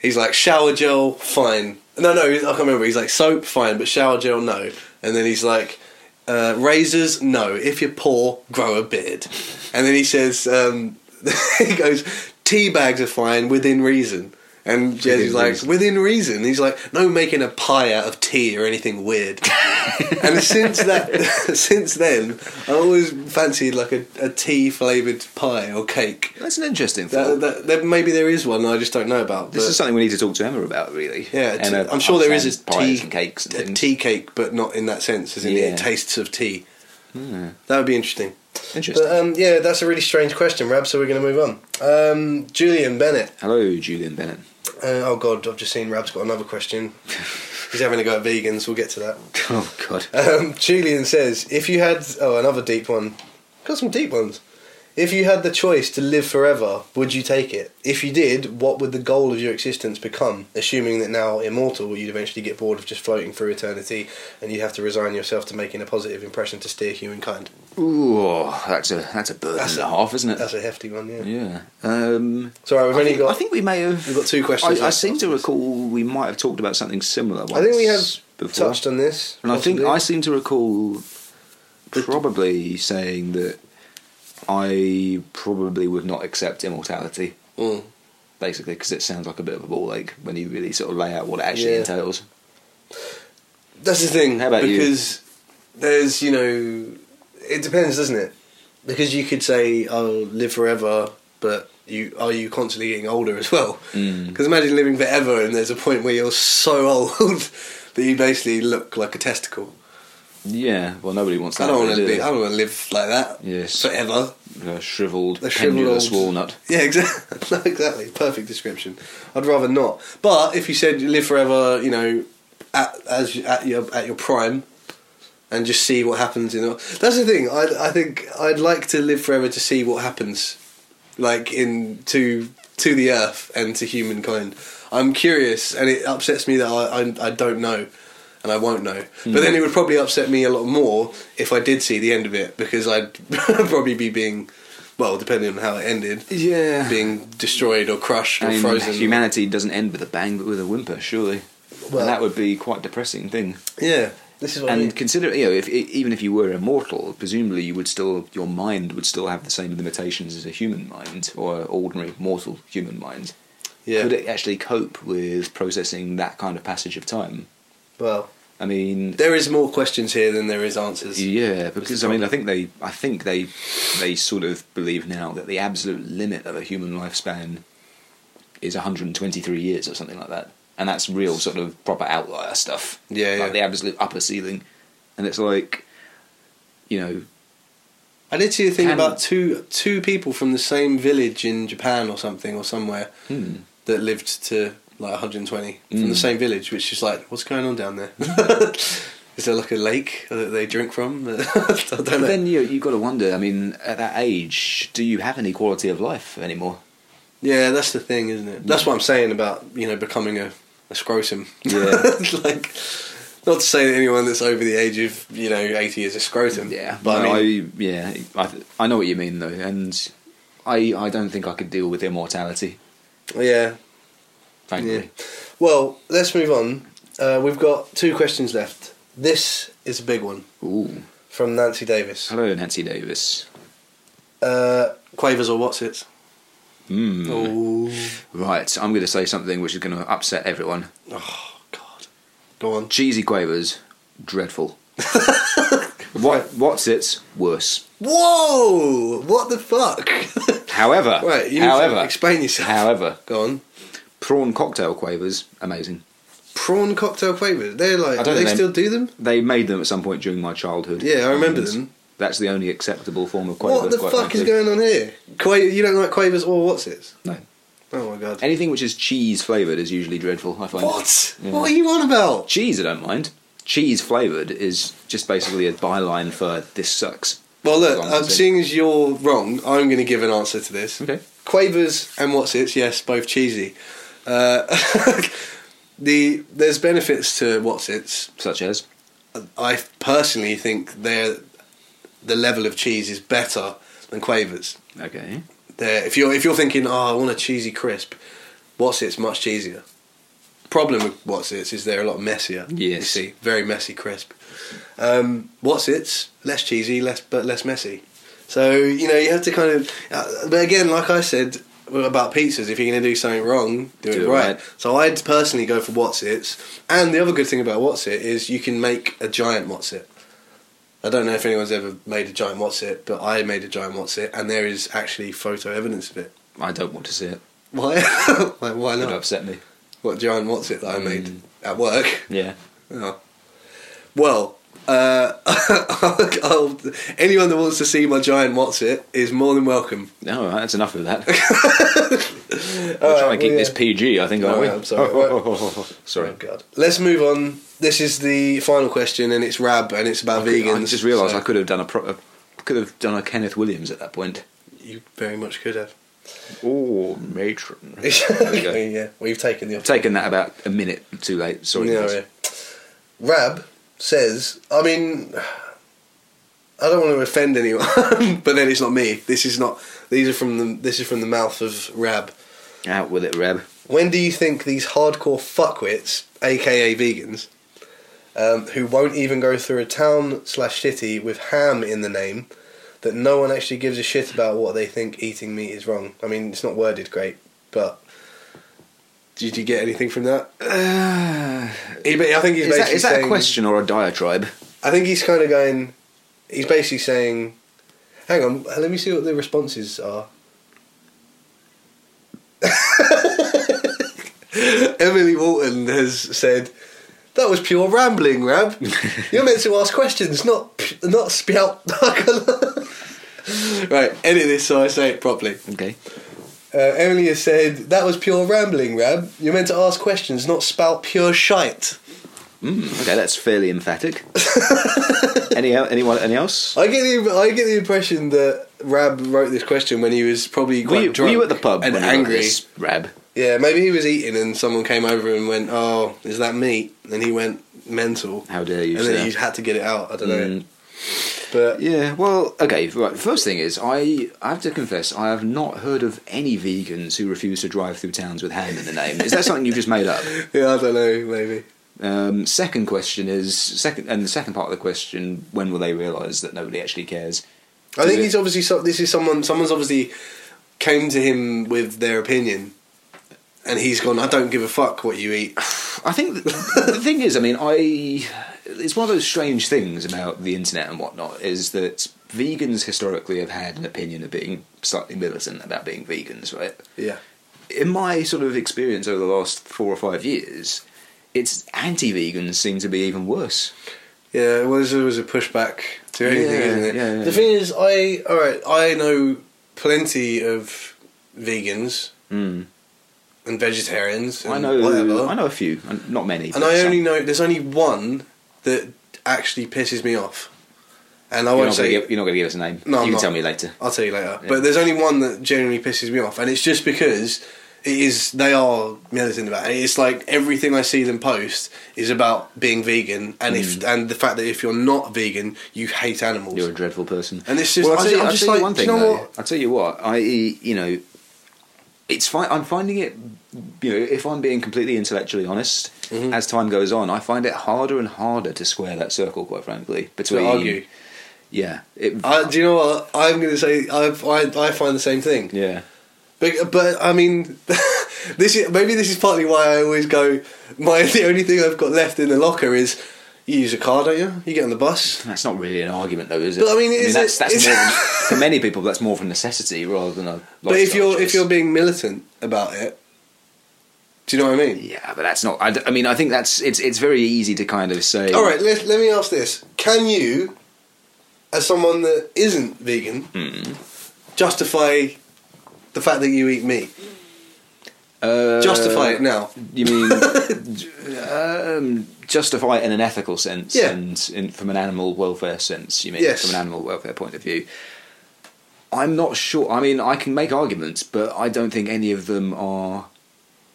C: he's like shower gel, fine. No, no, I can't remember. He's like soap, fine, but shower gel, no. And then he's like, uh, razors, no. If you're poor, grow a beard. And then he says, um, he goes, tea bags are fine within reason. And
B: Within
C: Jezzy's like,
B: reason.
C: within reason. He's like, no making a pie out of tea or anything weird. and since that, since then, I always fancied like a, a tea flavoured pie or cake.
B: that's an interesting
C: That,
B: thought.
C: that, that maybe there is one I just don't know about.
B: this
C: but-
B: is something we need to talk to Emma about, really.
C: yeah, t-
B: Emma
C: I'm sure there is a
B: understands pies
C: tea
B: and cakes and
C: a
B: things.
C: tea cake, but not in that sense, as in
B: Yeah. Hmm.
C: it tastes of tea. That would be interesting.
B: Interesting.
C: But um, yeah, that's a really strange question, Rab. So we're going to move on. Um, Julian Bennett.
B: Hello, Julian Bennett.
C: Uh, oh God, I've just seen Rab's got another question. He's having a go at vegans. We'll get to that.
B: Oh God.
C: Um, Julian says, if you had oh another deep one, got some deep ones. If you had the choice to live forever, would you take it? If you did, what would the goal of your existence become? Assuming that now immortal, you'd eventually get bored of just floating through eternity, and you'd have to resign yourself to making a positive impression to steer humankind.
B: Ooh, that's a that's a bird
C: That's
B: and
C: a-
B: a half, isn't it?
C: That's a hefty one, yeah.
B: yeah. Um,
C: So right, we've
B: I,
C: only
B: think,
C: got.
B: I think we may have.
C: We've got two questions
B: I, I
C: left
B: seem to
C: after this.
B: recall we might have talked about something similar. Once
C: I think we have
B: before.
C: touched on this.
B: And I think
C: possibly.
B: I seem to recall probably saying that I probably would not accept immortality,
C: Mm.
B: basically, because it sounds like a bit of a ball ache when you really sort of lay out what it actually
C: Yeah.
B: entails.
C: That's the thing.
B: How about you?
C: because there's, you know, it depends, doesn't it? Because you could say, "I'll live forever," but you are you constantly getting older as well?
B: Mm.
C: Because imagine living forever, and there's a point where you're so old that you basically look like a testicle.
B: Yeah, well, nobody wants that.
C: I don't want to.
B: really, do
C: Be,
B: they?
C: I don't want to live like that.
B: Yes.
C: Forever.
B: A shriveled,
C: A shriveled
B: pendulous
C: old-
B: walnut.
C: Yeah, exactly. No, exactly. Perfect description. I'd rather not. But if you said you live forever, you know, at, as at your at your prime, and just see what happens, you know, that's the thing. I I think I'd like to live forever to see what happens, like in to to the earth and to humankind. I'm curious, and it upsets me that I I, I don't know. And I won't know,
B: Hmm.
C: but then it would probably upset me a lot more if I did see the end of it because I'd probably be being, well, depending on how it ended,
B: Yeah.
C: being destroyed or crushed
B: I
C: or
B: mean,
C: frozen.
B: humanity doesn't end with a bang, but with a whimper, surely.
C: Well-
B: and that would be quite a depressing thing.
C: yeah, this is what I mean.
B: And consider, you know, if e, even if you were immortal, presumably you would still, your mind would still have the same limitations as a human mind or ordinary mortal human mind.
C: Yeah.
B: Could it actually cope with processing that kind of passage of time?
C: well,
B: I mean,
C: there is more questions here than there is answers.
B: yeah, because I mean, I think they, I think they, they sort of believe now that the absolute limit of a human lifespan is 123 years or something like that, and that's real sort of proper outlier stuff.
C: Yeah,
B: like
C: yeah.
B: the absolute upper ceiling, and it's like, you know,
C: I did see a thing
B: Can-
C: about two two people from the same village in Japan or something or somewhere
B: hmm,
C: that lived to like 120 from
B: Mm.
C: the same village, which is like, what's going on down there? is there like a lake that they drink from? I don't
B: But
C: know.
B: then you you got to wonder. I mean, at that age, do you have any quality of life anymore?
C: yeah, that's the thing, isn't it? That's what I'm saying about you know becoming a, a scrotum.
B: Yeah.
C: It's like. Not to say that anyone that's over the age of you know eighty is a scrotum.
B: Yeah,
C: but I mean,
B: I yeah, I, th- I know what you mean though, and I I don't think I could deal with immortality,
C: yeah, Yeah.
B: frankly.
C: Well, let's move on. Uh, we've got two questions left. This is a big one
B: Ooh,
C: from Nancy Davis.
B: hello, Nancy Davis.
C: Uh, Quavers or Watsits?
B: Hmm.
C: Oh.
B: Right, I'm going to say something which is going to upset everyone.
C: oh, God. Go on.
B: Cheesy quavers, dreadful. what what's it's worse.
C: Whoa! What the fuck?
B: However,
C: right, you need
B: however,
C: to explain yourself.
B: however,
C: Go on.
B: prawn cocktail quavers, amazing.
C: prawn cocktail flavours. They're like,
B: I don't
C: do they
B: think they-
C: still do them?
B: They made them at some point during my childhood.
C: Yeah, I remember
B: and
C: them.
B: That's the only acceptable form of Quaver.
C: What the
B: quite
C: fuck is
B: frankly.
C: going on here? Quaver, you don't like Quavers or what's it?
B: No.
C: Oh my god.
B: Anything which is cheese flavoured is usually dreadful, I find.
C: What?
B: Yeah.
C: What are you on about?
B: Cheese, I don't mind. Cheese flavoured is just basically a byline for this sucks.
C: Well, look,
B: Wrong
C: um,
B: thing.
C: seeing as you're wrong, I'm going to give an answer to this.
B: Okay.
C: Quavers and what's it? Yes, both cheesy. Uh, the there's benefits to what's it's.
B: Such as.
C: I personally think they're the level of cheese is better than Quavers.
B: Okay.
C: They're, if you're if you're thinking, oh, I want a cheesy crisp, what's it's much cheesier. Problem with what's it's is they're a lot messier. you
B: Yes.
C: see, very messy crisp. Um, what's it's less cheesy, less but less messy. So you know you have to kind of. Uh, but again, like I said about pizzas, if you're going to do something wrong, do, it right. So I'd personally go for what's it's. And the other good thing about what's it is you can make a giant what's it. I don't know if anyone's ever made a giant what's it, but I made a giant what's it, and there is actually photo evidence of it.
B: I don't want to see it.
C: Why? like, why
B: It would
C: not?
B: upset me.
C: What giant what's it that I made
B: Mm.
C: at work?
B: Yeah.
C: Oh. Well, uh, I'll, anyone that wants to see my giant what's it is more than welcome.
B: No, all right, that's enough of that. I'll try and keep
C: well,
B: this
C: yeah.
B: PG, I think, aren't
C: Oh,
B: we?
C: yeah, I'm sorry.
B: sorry.
C: Oh, God. Let's move on. This is the final question, and it's Rab, and it's about vegans.
B: I just realised
C: so
B: I could have done a pro- I could have done a Kenneth Williams at that point.
C: You very much could have.
B: Oh, matron. there we go.
C: yeah, we've taken the
B: I've taken that about a minute too late. Sorry.
C: Yeah,
B: guys.
C: yeah. Rab says, I mean, I don't want to offend anyone, but then it's not me. This is not. These are from the. This is from the mouth of Rab.
B: Out with it, Reb.
C: When do you think these hardcore fuckwits, aka vegans, um, who won't even go through a town slash city with ham in the name, that no one actually gives a shit about what they think eating meat is wrong? I mean, it's not worded great, but did you get anything from that?
B: Uh,
C: He, ba- I think he's
B: is that,
C: basically
B: is that a
C: saying-
B: question or a diatribe?
C: I think he's kind of going. He's basically saying, "Hang on, let me see what the responses are." Emily Walton has said, "That was pure rambling, Rab. You're meant to ask questions, not p- not spout." right, edit this so I say it properly.
B: Okay.
C: Uh, Emily has said, "That was pure rambling, Rab. You're meant to ask questions, not spout pure shite."
B: Mm, okay, that's fairly emphatic. any el- anyone any else?
C: I get the I get the impression that Rab wrote this question when he was probably
B: Were
C: quite
B: you, were
C: drunk
B: you at the pub
C: and
B: when you wrote
C: angry.
B: this, Rab?
C: Yeah, maybe he was eating and someone came over and went, "Oh, is that meat?" And he went mental,
B: How dare you?
C: and
B: say
C: then
B: that?
C: he had to get it out. I don't know,
B: Mm,
C: but
B: Yeah, well, okay, right. First thing is, I, I have to confess, I have not heard of any vegans who refuse to drive through towns with ham in the name. Is that something you've just made up?
C: yeah, I don't know. Maybe
B: Um, second question is second, and the second part of the question: When will they realise that nobody actually cares?
C: I
B: Is
C: think
B: it-
C: he's obviously so, this is someone someone's obviously came to him with their opinion, and he's gone, "I don't give a fuck what you eat."
B: I think the, the thing is, I mean, I it's one of those strange things about the internet and whatnot is that vegans historically have had an opinion of being slightly militant about being vegans, right?
C: Yeah,
B: in my sort of experience over the last four or five years, it's anti-vegans seem to be even worse.
C: Yeah, it was it was a pushback to anything,
B: Yeah,
C: isn't it?
B: yeah, yeah.
C: the thing is, I all right, I know plenty of vegans
B: Mm.
C: and vegetarians. And
B: I know,
C: Mm. whatever,
B: I know a few, and not many.
C: and
B: but
C: I
B: some.
C: only know there's only one that actually pisses me off, and I
B: You're
C: won't
B: not,
C: say.
B: gonna give, you're not going to give us a name.
C: No,
B: you
C: I'm
B: can
C: not.
B: tell me later.
C: I'll tell you later.
B: Yeah.
C: But there's only one that genuinely pisses me off, and it's just because it is they are militant about it. It's like everything I see them post is about being vegan, and if and the fact that if you're not vegan, you hate animals.
B: Mm. You're a dreadful person.
C: And it's just-
B: well,
C: I
B: I'll tell
C: ju-
B: you,
C: I'm
B: I'll
C: just
B: tell you
C: like,
B: one
C: do you
B: thing.
C: know
B: though.
C: what?
B: I'll tell you what. I, you know, it's fine. I'm finding it. You know, if I'm being completely intellectually honest,
C: Mm-hmm.
B: as time goes on, I find it harder and harder to square that circle. Quite frankly, between
C: argue.
B: Yeah. It,
C: I, do you know what? I'm going to say I, I, I find the same thing.
B: yeah.
C: But, but I mean, this is, maybe this is partly why I always go. My the only thing I've got left in the locker is you use a car, don't you? You get on the bus.
B: That's not really an argument, though, is it?
C: But, I mean, is
B: that's,
C: it-
B: that's
C: is-
B: more than- for many people. That's more for necessity rather than a.
C: But if
B: lifestyle
C: you're
B: choice.
C: if you're being militant about it, Do you know what I mean?
B: Yeah, but that's not. I, d- I mean, I think that's it's it's very easy to kind of say.
C: All right, let, let me ask this. Can you, as someone that isn't vegan,
B: Hmm.
C: justify the fact that you eat meat?
B: Uh,
C: Justify it now.
B: You mean um, justify it in an ethical sense
C: Yeah.
B: and in, from an animal welfare sense? You mean
C: Yes.
B: from an animal welfare point of view? I'm not sure. I mean, I can make arguments, but I don't think any of them are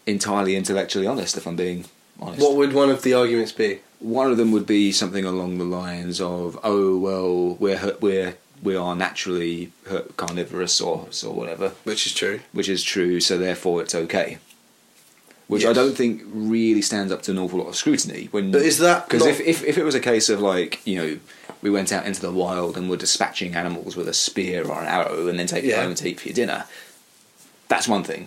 B: entirely intellectually honest. If I'm being honest,
C: What would one of the arguments be?
B: one of them would be something along the lines of, "Oh well, we're hu- we're we are naturally hu- carnivorous or or whatever."
C: Which is true.
B: which is true, so therefore it's okay. Which I
C: Yes.
B: don't think really stands up to an awful lot of scrutiny. When
C: But is that
B: because
C: not-
B: if, if if it was a case of like you know we went out into the wild and were dispatching animals with a spear or an arrow and then take it
C: Yeah.
B: home and eat for your dinner, that's one thing.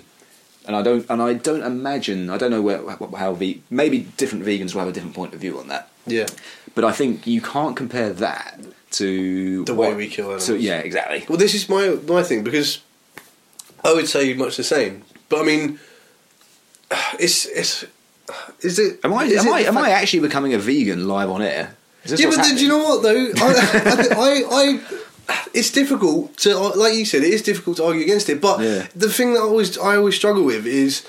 B: And I don't and I don't imagine I don't know where how ve- maybe different vegans will have a different point of view on that.
C: Yeah.
B: But I think you can't compare that to
C: The way we kill
B: To,
C: animals.
B: yeah, exactly.
C: Well, this is my my thing because I would say much the same. But I mean, it's it's is it?
B: Am I
C: is
B: am
C: it
B: I
C: the
B: am I
C: fact-
B: actually becoming a vegan live on air? Is this
C: Yeah,
B: what's
C: but then, do you know what though? I, I, I, I, it's difficult to like you said. It is difficult to argue against it. But
B: Yeah.
C: the thing that I always I always struggle with is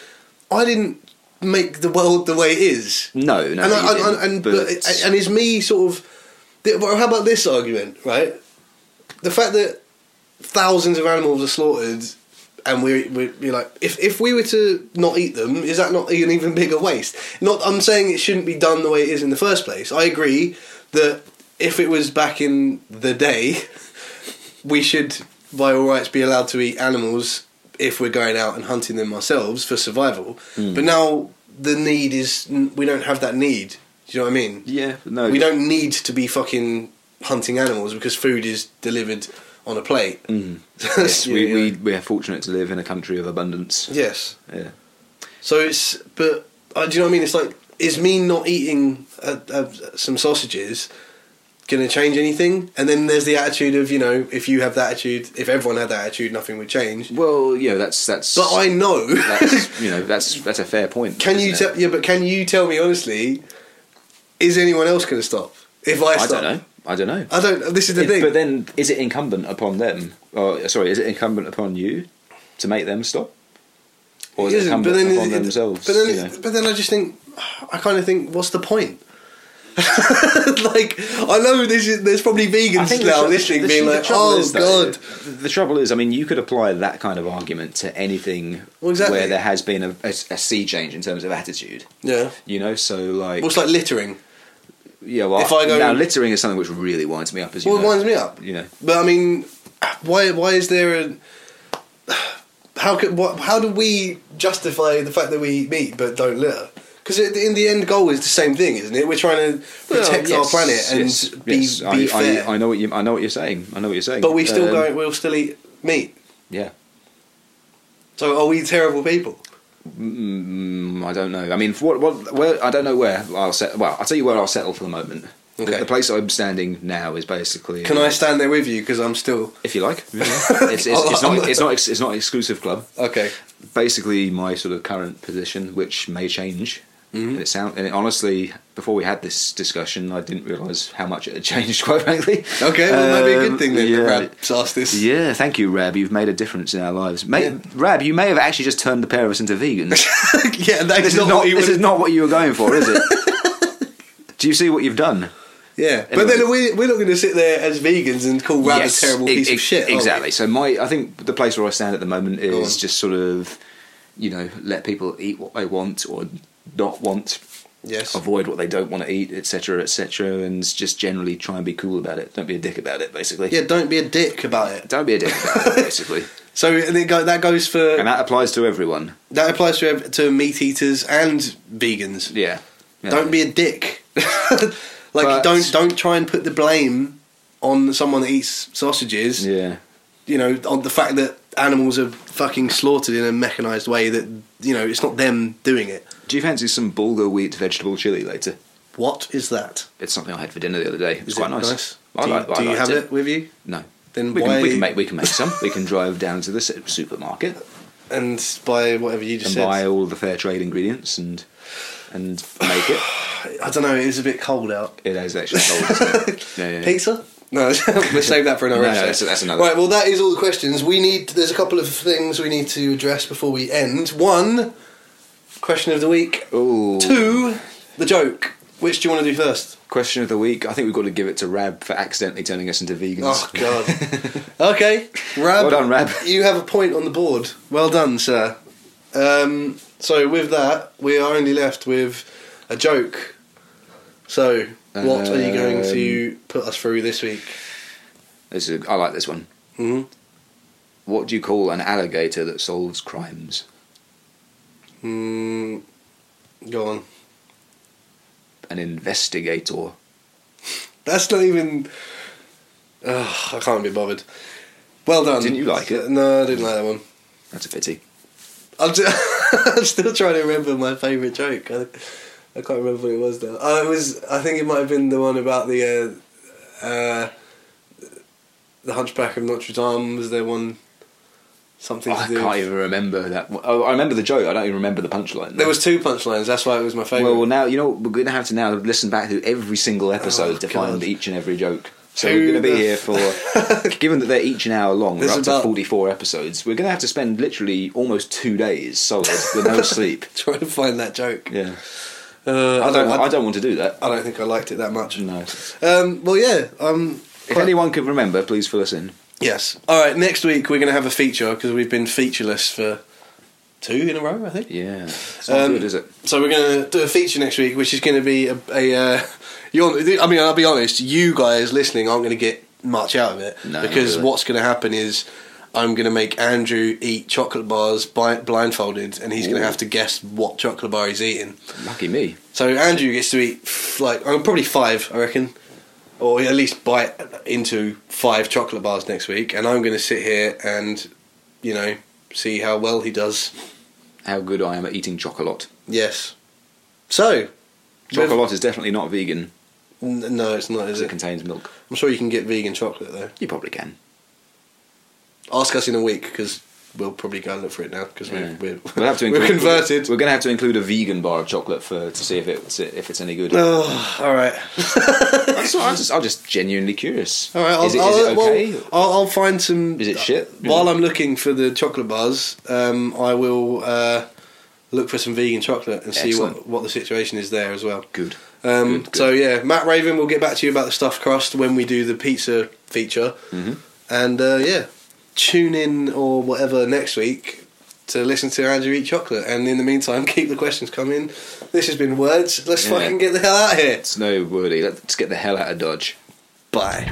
C: I didn't make the world the way it is.
B: No, no,
C: and
B: you
C: I,
B: didn't,
C: and, and,
B: but-
C: but, and is me sort of. th- well, How about this argument, right? The fact that thousands of animals are slaughtered, and we're, we're you're like, if if we were to not eat them, is that not an even bigger waste? Not, I'm saying it shouldn't be done the way it is in the first place. I agree that if it was back in the day, we should, by all rights, be allowed to eat animals if we're going out and hunting them ourselves for survival. But now the need is we don't have that need. Do you know what I mean?
B: yeah, no,
C: We don't need to be fucking hunting animals because food is delivered on a plate.
B: Mm. Yes,
C: That's-
B: we,
C: yeah,
B: we
C: yeah.
B: we are fortunate to live in a country of abundance.
C: yes.
B: Yeah,
C: So it's but uh, do you know what I mean? It's like is me not eating uh, uh, some sausages going to change anything? And then there's the attitude of you know if you have that attitude, if everyone had that attitude, nothing would change.
B: well, yeah, that's that's
C: But I know.
B: that's you know that's that's a fair point.
C: can you
B: isn't
C: tell? Yeah, but can you tell me honestly? Is anyone else going to stop if I
B: it? I
C: stop?
B: don't know. I don't know.
C: I don't. This is the
B: It-
C: thing.
B: but then, is it incumbent upon them? Or sorry, is it incumbent upon you to make them stop? Or is it,
C: Isn't,
B: incumbent upon
C: it- it-
B: themselves?
C: But then,
B: you know?
C: but then I just think, I kind of think, what's the point? like, I know this is, there's probably
B: I
C: vegans
B: think
C: now
B: the tr-
C: listening,
B: the-
C: being
B: the
C: like,
B: trouble
C: oh
B: is, though,
C: god.
B: The, the trouble is, I mean, you could apply that kind of argument to anything
C: Well, exactly.
B: where there has been a, a, a sea change in terms of attitude.
C: Yeah.
B: You know, so like,
C: Well, it's like littering.
B: yeah. Well,
C: if I go-
B: now littering is something which really winds me up, as you
C: Well, it
B: know.
C: winds me up.
B: You know,
C: But I mean, why? Why is there a? How could? What, how do we justify the fact that we eat meat but don't litter? Because in the end goal is the same thing, isn't it? We're trying to protect
B: Well,
C: our planet
B: yes,
C: and
B: yes,
C: be,
B: yes.
C: be
B: I,
C: fair.
B: I, I know what you. I know what you're saying. I know what you're saying.
C: but we still
B: Um,
C: don't. We'll still eat meat.
B: Yeah.
C: So are we terrible people?
B: Mm, I don't know. I mean, what, what, where, I don't know where I'll set. Well, I'll tell you where I'll settle for the moment. The-
C: Okay.
B: The, place I'm standing now is basically.
C: Can I stand there with you? Because I'm still
B: if you like. It's, it's, it's not. It's not. ex- It's not an exclusive club.
C: okay.
B: Basically, my sort of current position, which may change.
C: Mm-hmm.
B: And it sound, and it, honestly, before we had this discussion, I didn't realise how much it had changed. Quite frankly.
C: Okay, well, that'd be a
B: Um,
C: good thing then.
B: yeah.
C: Yeah. Rab's asked this.
B: Yeah, thank you, Rab. You've made a difference in our lives. May,
C: Yeah.
B: Rab, you may have actually just turned the pair of us into vegans.
C: yeah, that's
B: this is
C: not,
B: not.
C: what he
B: this
C: would.
B: is not what you were going for, is it? Do you see what you've done?
C: Yeah, but
B: Anyway.
C: then we, we're not going to sit there as vegans and call Rab a terrible
B: e-
C: piece
B: e-
C: of shit. are we?
B: Exactly. So my, I think the place where I stand at the moment
C: Go
B: is
C: on.
B: just sort of, you know, let people eat what they want or not want,
C: Yes.
B: avoid what they don't want to eat, etc., etc., and just generally try and be cool about it. Don't be a dick about it, basically.
C: Yeah, don't be a dick about it.
B: Don't be a dick about it, basically.
C: So and it go, that goes for
B: And that applies to everyone.
C: that applies to ev- to meat eaters and vegans.
B: Yeah. Yeah.
C: Don't be a dick. like
B: But-
C: don't don't try and put the blame on someone that eats sausages.
B: Yeah.
C: you know, on the fact that animals are fucking slaughtered in a mechanized way that, you know, it's not them doing it.
B: Do you fancy some bulgur wheat vegetable chili later?
C: What is that?
B: It's something I had for dinner the other day. It was
C: Is
B: quite
C: it
B: nice. I
C: Do you,
B: like, I
C: do you
B: liked
C: have it. with you?
B: No.
C: Then
B: we
C: why-
B: Can, we can make we can make some. we can drive down to the su- supermarket.
C: and buy whatever you just
B: and
C: said.
B: buy all the fair trade ingredients and and make it.
C: I don't know. It was a bit cold out.
B: It is actually cold. Isn't it? Yeah, yeah, yeah.
C: Pizza? No, we'll save that for another
B: No, no,
C: episode.
B: that's- that's another-
C: Right, well, that is all the questions. We need. There's a couple of things we need to address before we end. One, question of the week.
B: Ooh.
C: Two, the joke. Which do you want to do first?
B: Question of the week. I think we've got to give it to Rab for accidentally turning us into vegans.
C: Oh God. okay, Rab.
B: Well done, Rab.
C: You have a point on the board. Well done, sir. Um, so with that, we are only left with a joke. So, what are you going
B: Um,
C: to put us through this week?
B: This is, I like this one.
C: hmm
B: What do you call an alligator that solves crimes?
C: Mm, go on.
B: An investigator.
C: That's not even. Ugh, I can't be bothered. Well done.
B: Didn't you like it?
C: No, I didn't like that one.
B: That's a pity.
C: I'm, ju- I'm still trying to remember my favourite joke. I, I can't remember what it was now. Oh, it was. I think it might have been the one about the uh, uh, the Hunchback of Notre Dame. Was there one something
B: Oh, I
C: to do?
B: can't even remember that. one. Oh, I remember the joke. I don't even remember the punchline.
C: There was two punchlines. That's why it was my favourite.
B: Well, well, now you know we're going to have to now listen back to every single episode
C: Oh,
B: to
C: God.
B: find each and every joke. So
C: Who
B: we're going to be
C: the-
B: here for, given that they're each an hour long, we're
C: This
B: up
C: is
B: to
C: about-
B: forty-four episodes. We're going to have to spend literally almost two days solid with no sleep.
C: trying to find that joke.
B: Yeah,
C: Uh,
B: I don't.
C: I, Oh,
B: I don't want to do that.
C: I don't think I liked it that much.
B: No.
C: Um, well, yeah. Um,
B: If anyone could remember, please fill us in.
C: yes. All right. Next week we're going to have a feature because we've been featureless for two in a row, I think.
B: Yeah, it's not
C: Um,
B: good, is it?
C: So we're going to do a feature next week, which is going to be a. a uh, you're, I mean, I'll be honest. You guys listening aren't going to get much out of it
B: No, not
C: because
B: really.
C: what's going to happen is I'm going to make Andrew eat chocolate bars bi- blindfolded, and he's going
B: Ooh.
C: to have to guess what chocolate bar he's eating.
B: Lucky me.
C: So Andrew gets to eat like I'm probably five, I reckon, or at least bite into five chocolate bars next week, and I'm going to sit here and, you know, see how well he does.
B: How good I am at eating chocolate.
C: Yes. So.
B: Chocolate is definitely not vegan
C: N- No, it's not, is
B: because it
C: it?
B: contains milk.
C: I'm sure you can get vegan chocolate though.
B: You probably can.
C: Ask us in a week because we'll probably go and look for it now because
B: Yeah.
C: we're, we're
B: We'll have to
C: we're
B: include,
C: converted.
B: We're, going to have to include a vegan bar of chocolate for to see if it's if it's any good.
C: Oh, all right,
B: I'm, just, I'm, just, I'm just genuinely curious.
C: all right. I'll,
B: is it,
C: I'll, uh,
B: is it
C: well,
B: okay?
C: I'll, I'll find some. uh,
B: Is it shit?
C: While I'm looking for the chocolate bars, um, I will uh, look for some vegan chocolate and see what,
B: Excellent.
C: what the situation is there as well.
B: good.
C: Um,
B: Good, good.
C: So yeah, Matt Raven, we'll get back to you about the stuffed crust when we do the pizza feature,
B: Mhm.
C: and uh, yeah, tune in or whatever next week to listen to Andrew eat chocolate. And in the meantime, keep the questions coming. This has been words. Let's
B: Yeah.
C: fucking get the hell out of here.
B: It's no wordy. Let's get the hell out of Dodge.
C: Bye.